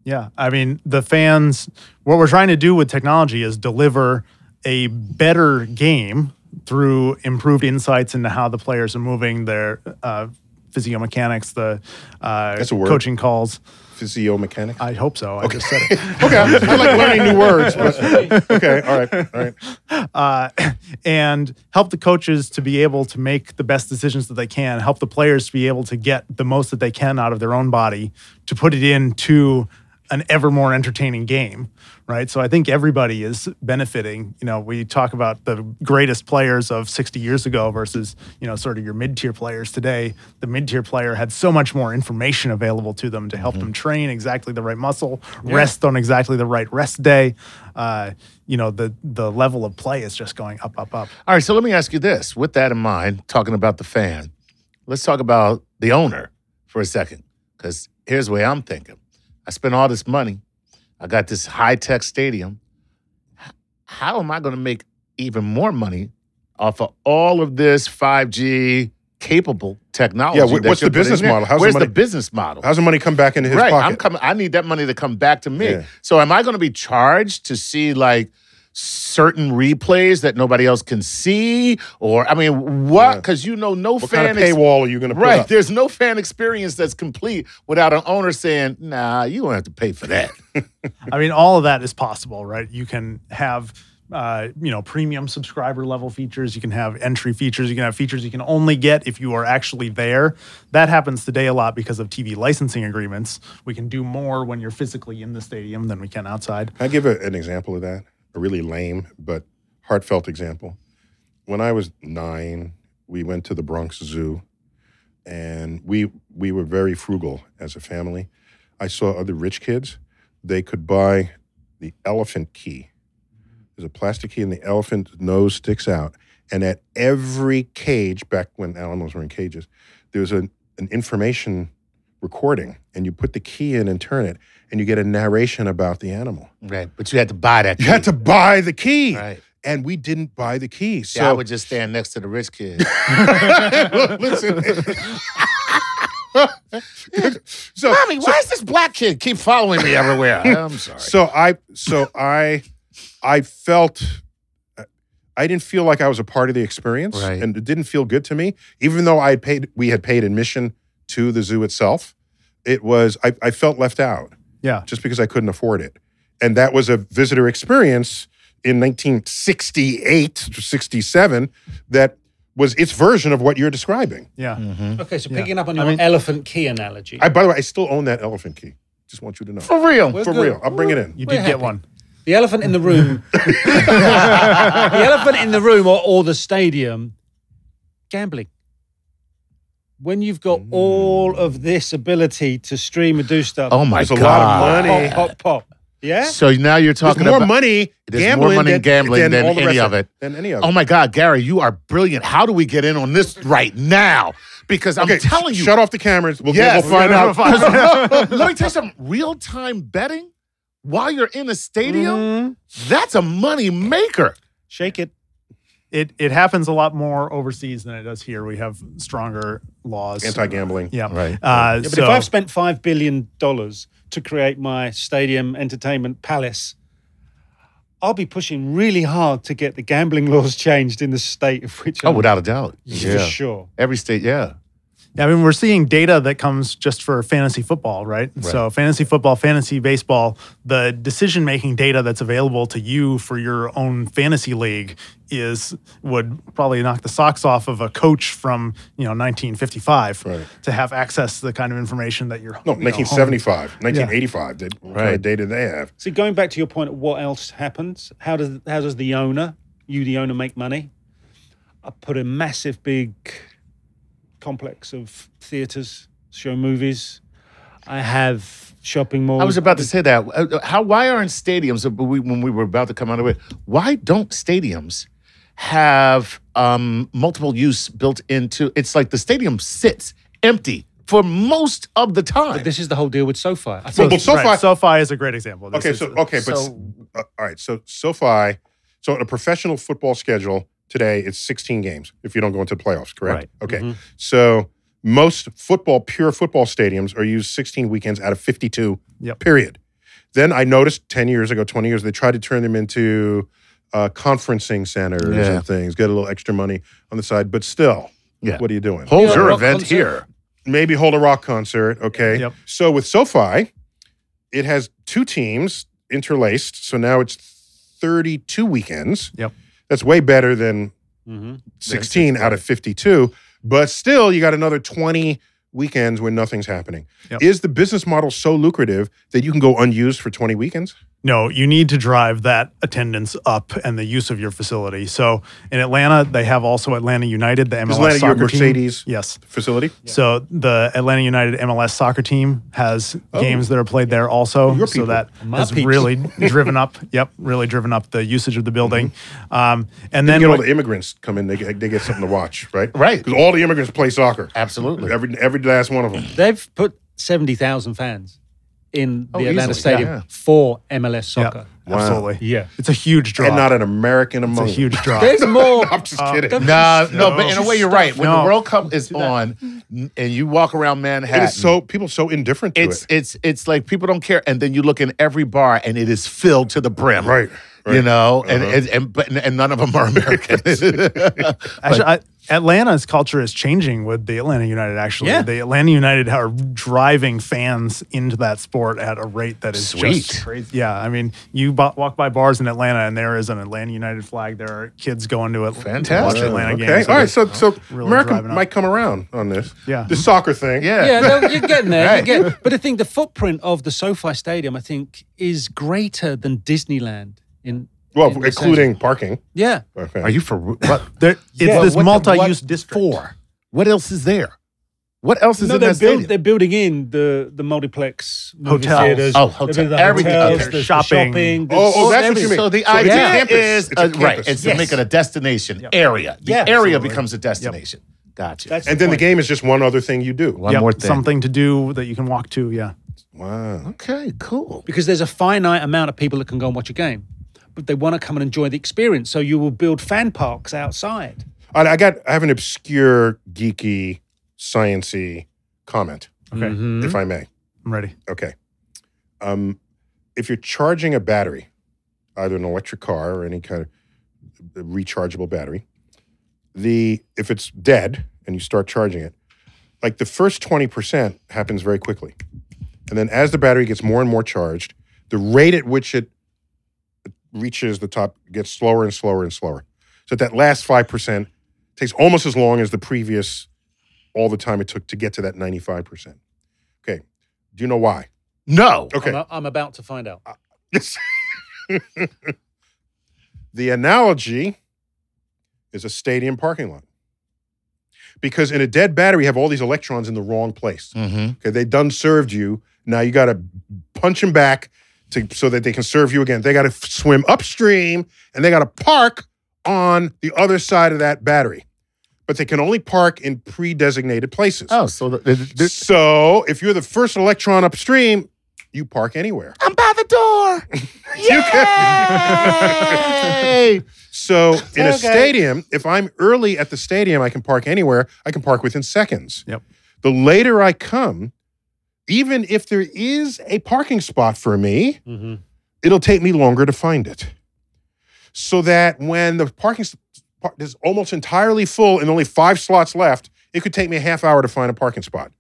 Speaker 4: Yeah, I mean the fans. What we're trying to do with technology is deliver a better game through improved insights into how the players are moving, their uh, physiomechanics, the uh,
Speaker 2: That's a word.
Speaker 4: coaching calls.
Speaker 2: Physiomechanic.
Speaker 4: I hope so. I just said it.
Speaker 2: Okay, I like learning new words. but- okay, all right, all right.
Speaker 4: uh, and help the coaches to be able to make the best decisions that they can, help the players to be able to get the most that they can out of their own body to put it into an ever more entertaining game, right? So I think everybody is benefiting. You know, we talk about the greatest players of 60 years ago versus, you know, sort of your mid-tier players today. The mid-tier player had so much more information available to them to help them train exactly the right muscle, rest on exactly the right rest day. Uh, you know, the the level of play is just going up, up, up.
Speaker 5: All right, so let me ask you this. With that in mind, talking about the fan, let's talk about the owner for a second. Because here's the way I'm thinking I spent all this money, I got this high tech stadium. H- How am I going to make even more money off of all of this 5G capable technology.
Speaker 2: Yeah, wh-
Speaker 5: that
Speaker 2: what's
Speaker 5: you're
Speaker 2: the business
Speaker 5: putting in.
Speaker 2: model? How's the
Speaker 5: Where's the,
Speaker 2: money-
Speaker 5: business model?
Speaker 2: How's the money come back into his
Speaker 5: right,
Speaker 2: pocket?
Speaker 5: I'm coming. I need that money to come back to me.
Speaker 2: Yeah.
Speaker 5: So am I going to be charged to see like certain replays that nobody else can see? Or I mean, what? Because you know, no
Speaker 2: what
Speaker 5: fan
Speaker 2: kind of
Speaker 5: ex-
Speaker 2: paywall are you going to put
Speaker 5: Right.
Speaker 2: up?
Speaker 5: There's no fan experience that's complete without an owner saying, nah, you don't have to pay for that.
Speaker 4: I mean, all of that is possible, right? You can have, uh, you know, premium subscriber level features. You can have entry features. You can have features you can only get if you are actually there. That happens today a lot because of TV licensing agreements. We can do more when you're physically in the stadium than we can outside.
Speaker 2: Can I give a, an example of that? A really lame but heartfelt example. When I was nine, we went to the Bronx Zoo, and we we were very frugal as a family. I saw other rich kids; they could buy the elephant key. There's a plastic key, and the elephant nose sticks out. And at every cage, back when animals were in cages, there was an, an information recording, and you put the key in and turn it, and you get a narration about the animal.
Speaker 5: Right. But you had to buy that.
Speaker 2: You had
Speaker 5: key.
Speaker 2: to buy the key.
Speaker 5: Right.
Speaker 2: And we didn't buy the key. So
Speaker 5: Yeah, I would just stand next to the rich kid.
Speaker 2: listen. so
Speaker 5: Mommy, why is this black kid keep following me everywhere? I'm sorry.
Speaker 2: so I so I I felt uh, I didn't feel like I was a part of the experience
Speaker 5: Right.
Speaker 2: and it didn't feel good to me even though I had paid we had paid admission to the zoo itself. It was I, I felt left out.
Speaker 4: Yeah.
Speaker 2: Just because I couldn't afford it. And that was a visitor experience in 1968 to 67 that was its version of what you're describing.
Speaker 4: Yeah.
Speaker 7: Okay, so
Speaker 4: Mm-hmm. Yeah.
Speaker 7: picking up on
Speaker 4: I
Speaker 7: your
Speaker 4: mean-
Speaker 7: elephant key analogy,
Speaker 2: I, by the way, I still own that elephant key. Just want you to know. For,
Speaker 5: For real.
Speaker 7: We're good.
Speaker 2: real. I'll bring it in.
Speaker 4: You did
Speaker 7: happy.
Speaker 4: get one.
Speaker 7: the elephant in the room, the elephant in the room, or, or the stadium, gambling. When you've got all of this ability to stream and do stuff,
Speaker 5: Oh my
Speaker 2: There's a
Speaker 5: god.
Speaker 2: lot of money.
Speaker 7: pop, pop, pop, yeah.
Speaker 5: So now you're
Speaker 2: There's
Speaker 5: talking
Speaker 2: more
Speaker 5: about
Speaker 2: money
Speaker 5: There's more
Speaker 2: gambling
Speaker 5: money
Speaker 2: than,
Speaker 5: gambling than
Speaker 2: all the
Speaker 5: any
Speaker 2: rest
Speaker 5: of it.
Speaker 2: Than any of it.
Speaker 5: Oh my God, Gary, you are brilliant. How do we get in on this right now? Because I'm
Speaker 2: Okay,
Speaker 5: telling you,
Speaker 2: Shut off the cameras. We'll,
Speaker 5: Yes.
Speaker 2: we'll find out.
Speaker 5: Let me tell you something. Real time betting while you're in a stadium, that's a money maker.
Speaker 7: Shake it.
Speaker 4: It it happens a lot more overseas than it does here. We have stronger laws.
Speaker 2: Anti gambling.
Speaker 4: yeah.
Speaker 5: Right.
Speaker 4: Uh,
Speaker 7: Yeah, but
Speaker 4: so-
Speaker 7: if I've spent five billion dollars to create my stadium entertainment palace, I'll be pushing really hard to get the gambling laws changed in the state of which.
Speaker 5: Oh,
Speaker 7: I'm
Speaker 5: without a doubt.
Speaker 7: for sure.
Speaker 5: Every state, yeah.
Speaker 4: Yeah, I mean, we're seeing data that comes just for fantasy football, right? So, fantasy football, fantasy baseball, the decision making data that's available to you for your own fantasy league is would probably knock the socks off of a coach from you know 1955
Speaker 2: Right.
Speaker 4: to have access to the kind of information that you're
Speaker 2: No,
Speaker 4: you know,
Speaker 2: 1975, 1985. They, what kind
Speaker 5: Right.
Speaker 2: of data they have?
Speaker 7: So going back to your point of what else happens, how does how does the owner, you the owner, make money? I put a massive big complex of theaters, show movies. I have shopping malls.
Speaker 5: I was about to say that. Uh, How? Why aren't stadiums? uh, we- When we were about to come out of it, why don't stadiums have um, multiple use built into? It's like the stadium sits empty for most of the time.
Speaker 7: This is the whole deal with SoFi. I
Speaker 2: Well,
Speaker 7: think
Speaker 2: but so
Speaker 4: Right,
Speaker 2: far,
Speaker 4: SoFi is a great example. This
Speaker 2: okay,
Speaker 4: is-
Speaker 2: so okay, but s- uh, all right. So SoFi, so in a professional football schedule today, it's 16 games if you don't go into the playoffs, correct? Okay, so most football, pure football stadiums are used 16 weekends out of 52.
Speaker 4: Yep.
Speaker 2: Period. Then I noticed 10 years ago, 20 years, they tried to turn them into uh, conferencing centers
Speaker 5: Yeah.
Speaker 2: and things, get a little extra money on the side, but still,
Speaker 5: Yeah.
Speaker 2: what are you doing?
Speaker 5: Hold
Speaker 8: Yeah,
Speaker 5: your
Speaker 8: rock
Speaker 5: event
Speaker 8: concert.
Speaker 5: here.
Speaker 2: maybe hold a rock concert. Okay.
Speaker 4: Yep.
Speaker 2: So with SoFi, it has two teams interlaced. So now it's 32 weekends.
Speaker 4: Yep.
Speaker 2: That's way better than
Speaker 7: hmm
Speaker 2: 16 out of 52. But still, you got another 20 weekends when nothing's happening.
Speaker 4: Yep.
Speaker 2: Is the business model so lucrative that you can go unused for 20 weekends?
Speaker 4: No, you need to drive that attendance up and the use of your facility. So in Atlanta, they have also Atlanta United, the MLS
Speaker 2: Atlanta your
Speaker 4: soccer
Speaker 2: Mercedes?
Speaker 4: team. Yes.
Speaker 2: Facility?
Speaker 4: So the Atlanta United MLS soccer team has games that are played there also.
Speaker 2: Oh. Your
Speaker 4: so
Speaker 2: people.
Speaker 4: that
Speaker 7: My
Speaker 4: has
Speaker 7: peeps.
Speaker 4: really driven up. Yep, really driven up the usage of the building. Um, and then
Speaker 2: Mm-hmm. You get all
Speaker 4: what-
Speaker 2: the immigrants come in, they get, they get something to watch, right?
Speaker 5: Right.
Speaker 2: Because all the immigrants play soccer.
Speaker 5: Absolutely.
Speaker 2: Every, every last one of them.
Speaker 7: They've put 70,000 fans in the
Speaker 5: Oh,
Speaker 7: Atlanta
Speaker 5: easily,
Speaker 7: Stadium
Speaker 5: yeah.
Speaker 7: for MLS soccer.
Speaker 4: Yeah, absolutely.
Speaker 7: Yeah.
Speaker 4: It's a huge draw.
Speaker 2: and not an American among
Speaker 4: it's a
Speaker 2: them.
Speaker 4: huge uh, draw.
Speaker 7: There's
Speaker 3: Oh,
Speaker 7: more.
Speaker 2: I'm just kidding.
Speaker 5: No, no, but in a way, you're right. When
Speaker 4: No.
Speaker 5: the World Cup is on, n- and you walk around
Speaker 2: It
Speaker 5: Manhattan,
Speaker 2: is so people are so indifferent to
Speaker 5: it's
Speaker 2: it.
Speaker 5: it's it's like people don't care. And then you look in every bar, and it is filled to the brim.
Speaker 2: Right, right.
Speaker 5: You know, and and and, but, and none of them are Americans.
Speaker 4: Actually, I, Atlanta's culture is changing with the Atlanta United. Actually,
Speaker 7: Yeah.
Speaker 4: the Atlanta United are driving fans into that sport at a rate that is
Speaker 5: Sweet.
Speaker 4: just crazy. Yeah, I mean, you bo- walk by bars in Atlanta, and there is an Atlanta United flag. There are kids going to it,
Speaker 5: Fantastic.
Speaker 4: watch Atlanta
Speaker 2: okay.
Speaker 4: games.
Speaker 2: All right. So so
Speaker 4: really
Speaker 2: America
Speaker 4: driving up.
Speaker 2: might come around on this.
Speaker 4: Yeah.
Speaker 2: The soccer thing.
Speaker 5: yeah.
Speaker 7: yeah, no, you're getting there. You're getting, but I think the footprint of the SoFi Stadium, I think, is greater than Disneyland. In
Speaker 2: Well,
Speaker 7: in Los
Speaker 2: including
Speaker 7: Angeles.
Speaker 2: parking.
Speaker 7: yeah,
Speaker 2: Okay.
Speaker 5: Are you for re- what?
Speaker 4: There- it's
Speaker 5: Well,
Speaker 4: this
Speaker 5: what the-
Speaker 4: multi-use
Speaker 5: what
Speaker 4: district.
Speaker 5: For what else is there? What else is
Speaker 7: no,
Speaker 5: in that
Speaker 7: they're, build,
Speaker 5: stadium?
Speaker 7: they're building in the the multiplex movie
Speaker 4: Hotels.
Speaker 7: theaters.
Speaker 5: Oh,
Speaker 7: They're
Speaker 5: hotel-
Speaker 7: building the
Speaker 5: everything out
Speaker 7: hotels,
Speaker 5: there.
Speaker 7: there's the
Speaker 4: Shopping.
Speaker 2: Oh, oh,
Speaker 7: there's-
Speaker 2: that's what you
Speaker 7: everything.
Speaker 2: mean.
Speaker 5: So the
Speaker 2: So it's a
Speaker 5: idea
Speaker 2: campus.
Speaker 5: is
Speaker 2: It's a
Speaker 5: uh, right.
Speaker 2: campus.
Speaker 5: It's to make it a destination area. The
Speaker 7: Yeah,
Speaker 5: area
Speaker 7: absolutely.
Speaker 5: becomes a destination. Gotcha.
Speaker 7: That's
Speaker 2: and then the
Speaker 7: point.
Speaker 2: game is just one other thing you do.
Speaker 5: One
Speaker 4: Yep,
Speaker 5: more thing.
Speaker 4: something to do that you can walk to. Yeah,
Speaker 2: Wow.
Speaker 5: Okay. Cool.
Speaker 7: because there's a finite amount of people that can go and watch a game, but they want to come and enjoy the experience. So you will build fan parks outside.
Speaker 2: I, I got. I have an obscure, geeky, sciency comment,
Speaker 4: Okay.
Speaker 2: if I may.
Speaker 4: I'm ready.
Speaker 2: Okay. Um, if you're charging a battery, either an electric car or any kind of rechargeable battery, the if it's dead and you start charging it, like the first 20% happens very quickly. And then as the battery gets more and more charged, the rate at which it reaches the top gets slower and slower and slower. So that last 5% takes almost as long as the previous all the time it took to get to that 95%. Okay. Do you know why?
Speaker 5: No.
Speaker 2: Okay.
Speaker 7: I'm, a- I'm about to find out.
Speaker 2: Yes. the analogy is a stadium parking lot. Because in a dead battery, you have all these electrons in the wrong place.
Speaker 5: Mm-hmm.
Speaker 2: Okay, they done served you. Now you got to punch them back to so that they can serve you again. They got to swim upstream and they got to park on the other side of that battery. But they can only park in pre-designated places.
Speaker 5: Oh, so the, the, the,
Speaker 2: so if you're the first electron upstream, you park anywhere.
Speaker 5: I'm by the door. Yay!
Speaker 2: So in a stadium, if I'm early at the stadium, I can park anywhere. I can park within seconds.
Speaker 4: Yep.
Speaker 2: The later I come, even if there is a parking spot for me, it'll take me longer to find it. So that when the parking s- par- is almost entirely full and only five slots left, it could take me a half hour to find a parking spot.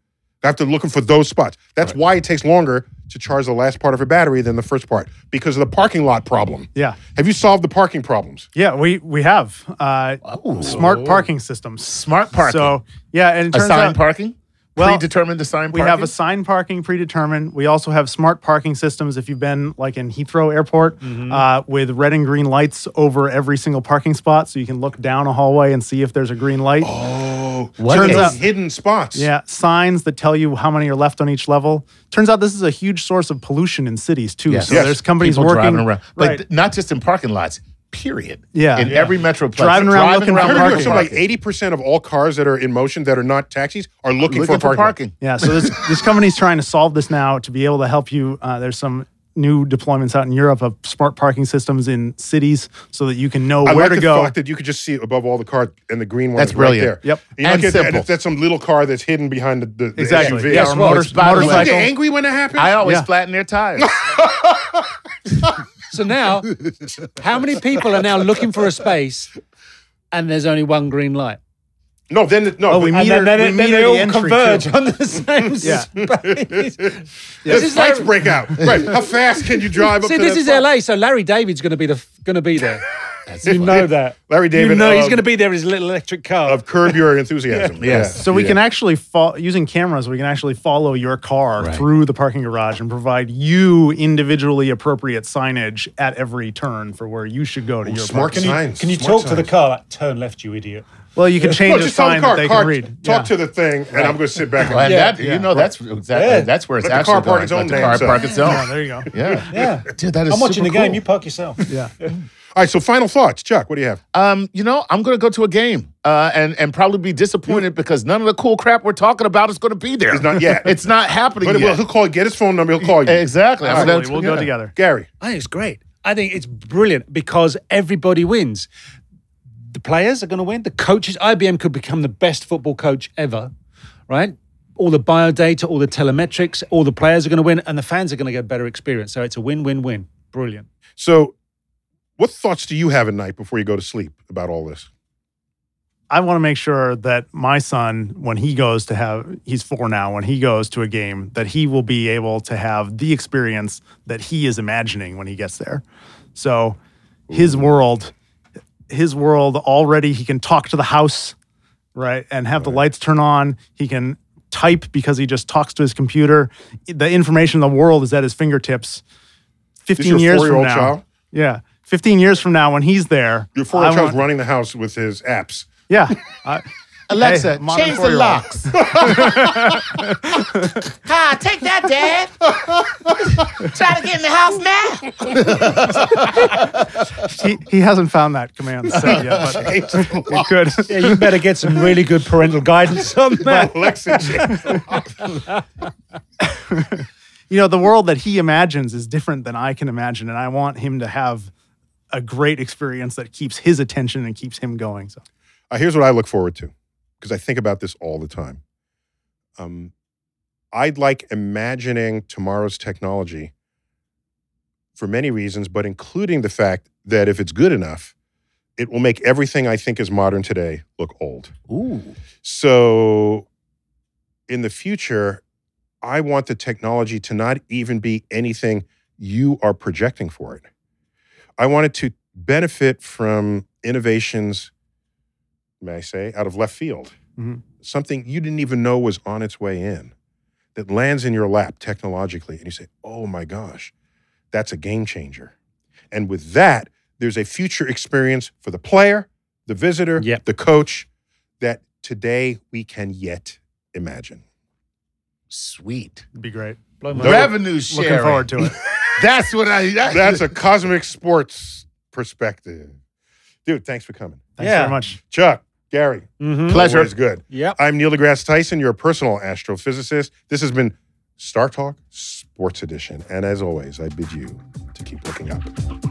Speaker 2: I have to look for those spots. That's why it takes longer to charge the last part of a battery than the first part because of the parking lot problem.
Speaker 4: Yeah,
Speaker 2: Have you solved the parking problems?
Speaker 4: yeah. We we have uh, smart parking systems. Smart
Speaker 5: Oh. parking.
Speaker 4: So yeah, and it turns
Speaker 5: assigned
Speaker 4: out
Speaker 5: parking?
Speaker 4: Well,
Speaker 5: Predetermined assigned
Speaker 4: We
Speaker 5: parking?
Speaker 4: have assigned parking predetermined. We also have smart parking systems. If you've been like in Heathrow Airport,
Speaker 5: Mm-hmm.
Speaker 4: uh, with red and green lights over every single parking spot, so you can look down a hallway and see if there's a green light.
Speaker 5: Oh. What
Speaker 4: turns
Speaker 5: is-
Speaker 4: out-
Speaker 2: hidden spots.
Speaker 4: Yeah, signs that tell you how many are left on each level. Turns out this is a huge source of pollution in cities too.
Speaker 5: Yes.
Speaker 4: So
Speaker 5: Yes.
Speaker 4: there's companies
Speaker 5: people
Speaker 4: working
Speaker 5: driving around, but
Speaker 4: right,
Speaker 5: th- not just in parking lots. Period.
Speaker 4: Yeah.
Speaker 5: in
Speaker 4: Yeah.
Speaker 5: every metroplex,
Speaker 4: Driving around looking for
Speaker 2: I
Speaker 4: parking.
Speaker 2: remember something like eighty percent of all cars that are in motion that are not taxis are looking,
Speaker 5: looking
Speaker 2: for, parking.
Speaker 4: Yeah, so this this company's trying to solve this now to be able to help you. Uh, there's some new deployments out in Europe of smart parking systems in cities so that you can know
Speaker 2: I
Speaker 4: where
Speaker 2: like
Speaker 4: to
Speaker 2: the
Speaker 4: go.
Speaker 2: fact that you could just see it above all the cars and the green one.
Speaker 5: That's
Speaker 2: is
Speaker 5: brilliant.
Speaker 2: Right there.
Speaker 4: Yep.
Speaker 2: You look
Speaker 5: And
Speaker 2: at-
Speaker 5: simple.
Speaker 2: that's some little car that's hidden behind the, the, the
Speaker 4: Exactly.
Speaker 2: SUV.
Speaker 4: Yeah,
Speaker 5: Yes,
Speaker 4: or
Speaker 5: well,
Speaker 4: motor-
Speaker 5: it's by the
Speaker 2: Did you
Speaker 4: motorcycle.
Speaker 2: get angry when it happened?
Speaker 5: I always
Speaker 4: Yeah.
Speaker 5: flatten their tires.
Speaker 7: So now, how many people are now looking for a space, and there's only one green light?
Speaker 2: no, then it- no.
Speaker 4: Oh, we
Speaker 2: but-
Speaker 4: meter, we meter the entry too.
Speaker 7: on the same
Speaker 4: Yeah.
Speaker 7: space.
Speaker 2: the
Speaker 7: This is
Speaker 2: lights
Speaker 7: like-
Speaker 2: break out. Right. How fast can you drive up
Speaker 7: See,
Speaker 2: to
Speaker 7: this
Speaker 2: that
Speaker 7: is
Speaker 2: spot?
Speaker 7: LA, so Larry David's going to be the going to be there. you know that.
Speaker 2: Larry David uh,
Speaker 7: You know he's
Speaker 2: of-
Speaker 7: going to be there in his little electric car.
Speaker 2: Of curb your enthusiasm.
Speaker 5: Yes.
Speaker 2: Yeah.
Speaker 4: So we
Speaker 2: Yeah.
Speaker 4: can actually fo- using cameras, we can actually follow your car through the parking garage and provide you individually appropriate signage at every turn for where you should go to your
Speaker 2: smart
Speaker 4: parking.
Speaker 2: signs.
Speaker 7: Can you
Speaker 2: smart
Speaker 7: talk to the
Speaker 2: signs.
Speaker 7: car like turn left, you idiot?
Speaker 4: Well, you can change
Speaker 2: Well,
Speaker 4: a
Speaker 2: just tell the
Speaker 4: sign
Speaker 2: car,
Speaker 4: that they
Speaker 2: car
Speaker 4: can read.
Speaker 2: talk
Speaker 4: Yeah.
Speaker 2: to the thing, and I'm going to sit back.
Speaker 5: and
Speaker 2: And
Speaker 5: that you know that's exactly
Speaker 7: Yeah.
Speaker 5: that's where it's
Speaker 2: Let the
Speaker 5: actually
Speaker 2: car park
Speaker 5: going.
Speaker 2: its
Speaker 5: Let
Speaker 2: own
Speaker 5: the car
Speaker 2: damn
Speaker 5: park its
Speaker 4: Yeah,
Speaker 5: own.
Speaker 4: Oh, there you go.
Speaker 5: Yeah,
Speaker 7: Yeah.
Speaker 5: dude, that is
Speaker 7: I'm watching
Speaker 5: super
Speaker 7: the game.
Speaker 5: cool.
Speaker 7: You park yourself.
Speaker 4: Yeah.
Speaker 2: I All right, so final thoughts, Chuck. What do you have?
Speaker 5: Um, you know, I'm gonna go to a game uh, and and probably be disappointed because none of the cool crap we're talking about is gonna be there.
Speaker 2: It's not yet.
Speaker 5: It's not happening
Speaker 2: But well,
Speaker 5: yet.
Speaker 2: he'll call. Get his phone number. He'll call you.
Speaker 5: exactly.
Speaker 2: All
Speaker 5: So
Speaker 2: right.
Speaker 5: that's-
Speaker 4: Absolutely. We'll go together.
Speaker 2: Gary.
Speaker 7: I think it's great. I think it's brilliant because everybody wins. The players are going to win. The coaches, IBM could become the best football coach ever, right? All the bio data, all the telemetrics, all the players are going to win, and the fans are going to get a better experience. So it's a win, win, win. Brilliant.
Speaker 2: So, what thoughts do you have at night before you go to sleep about all this?
Speaker 4: I want to make sure that my son, when he goes to have, he's four now, when he goes to a game, that he will be able to have the experience that he is imagining when he gets there. So his world, his world already, he can talk to the house, right? And have the lights turn on. He can type because he just talks to his computer. The information in the world is at his fingertips. 15
Speaker 2: your
Speaker 4: years from
Speaker 2: four-year-old
Speaker 4: now.
Speaker 2: child?
Speaker 4: Yeah. 15 years from now, when he's there,
Speaker 2: Your four-year-old
Speaker 4: I
Speaker 2: child's
Speaker 4: want-
Speaker 2: running the house with his apps.
Speaker 4: Yeah. I-
Speaker 5: Alexa,
Speaker 4: Hey, modern
Speaker 5: change the
Speaker 4: four-year-old.
Speaker 5: locks.
Speaker 10: Ah, take that, Dad. Try to get in the house now.
Speaker 4: he, he hasn't found that command set yet, but it could.
Speaker 7: Yeah, you better get some really good parental guidance on that.
Speaker 2: Alexa, change-
Speaker 4: You know, the world that he imagines is different than I can imagine, and I want him to have a great experience that keeps his attention and keeps him going. So
Speaker 2: Uh, here's what I look forward to because I think about this all the time. Um, I'd like imagining tomorrow's technology for many reasons, but including the fact that if it's good enough, it will make everything I think is modern today look old.
Speaker 5: Ooh.
Speaker 2: So in the future, I want the technology to not even be anything you are projecting for it. I want it to benefit from innovations, may I say, out of left field,
Speaker 4: Mhm.
Speaker 2: something you didn't even know was on its way in that lands in your lap technologically. And you say, oh my gosh, that's a game changer. And with that, there's a future experience for the player, the visitor,
Speaker 7: Yep.
Speaker 2: the coach that today we can yet imagine.
Speaker 5: Sweet.
Speaker 4: it'd be great.
Speaker 5: Revenue sharing.
Speaker 4: Looking forward to it.
Speaker 5: That's what I. That,
Speaker 2: That's a cosmic sports perspective. Dude, thanks for coming.
Speaker 4: Thanks
Speaker 7: Yeah.
Speaker 4: very much.
Speaker 2: Chuck, Gary,
Speaker 7: Mm-hmm.
Speaker 5: pleasure.
Speaker 2: always good.
Speaker 7: Yep.
Speaker 2: I'm Neil deGrasse Tyson, your personal astrophysicist. This has been Star Talk Sports Edition. And as always, I bid you to keep looking up.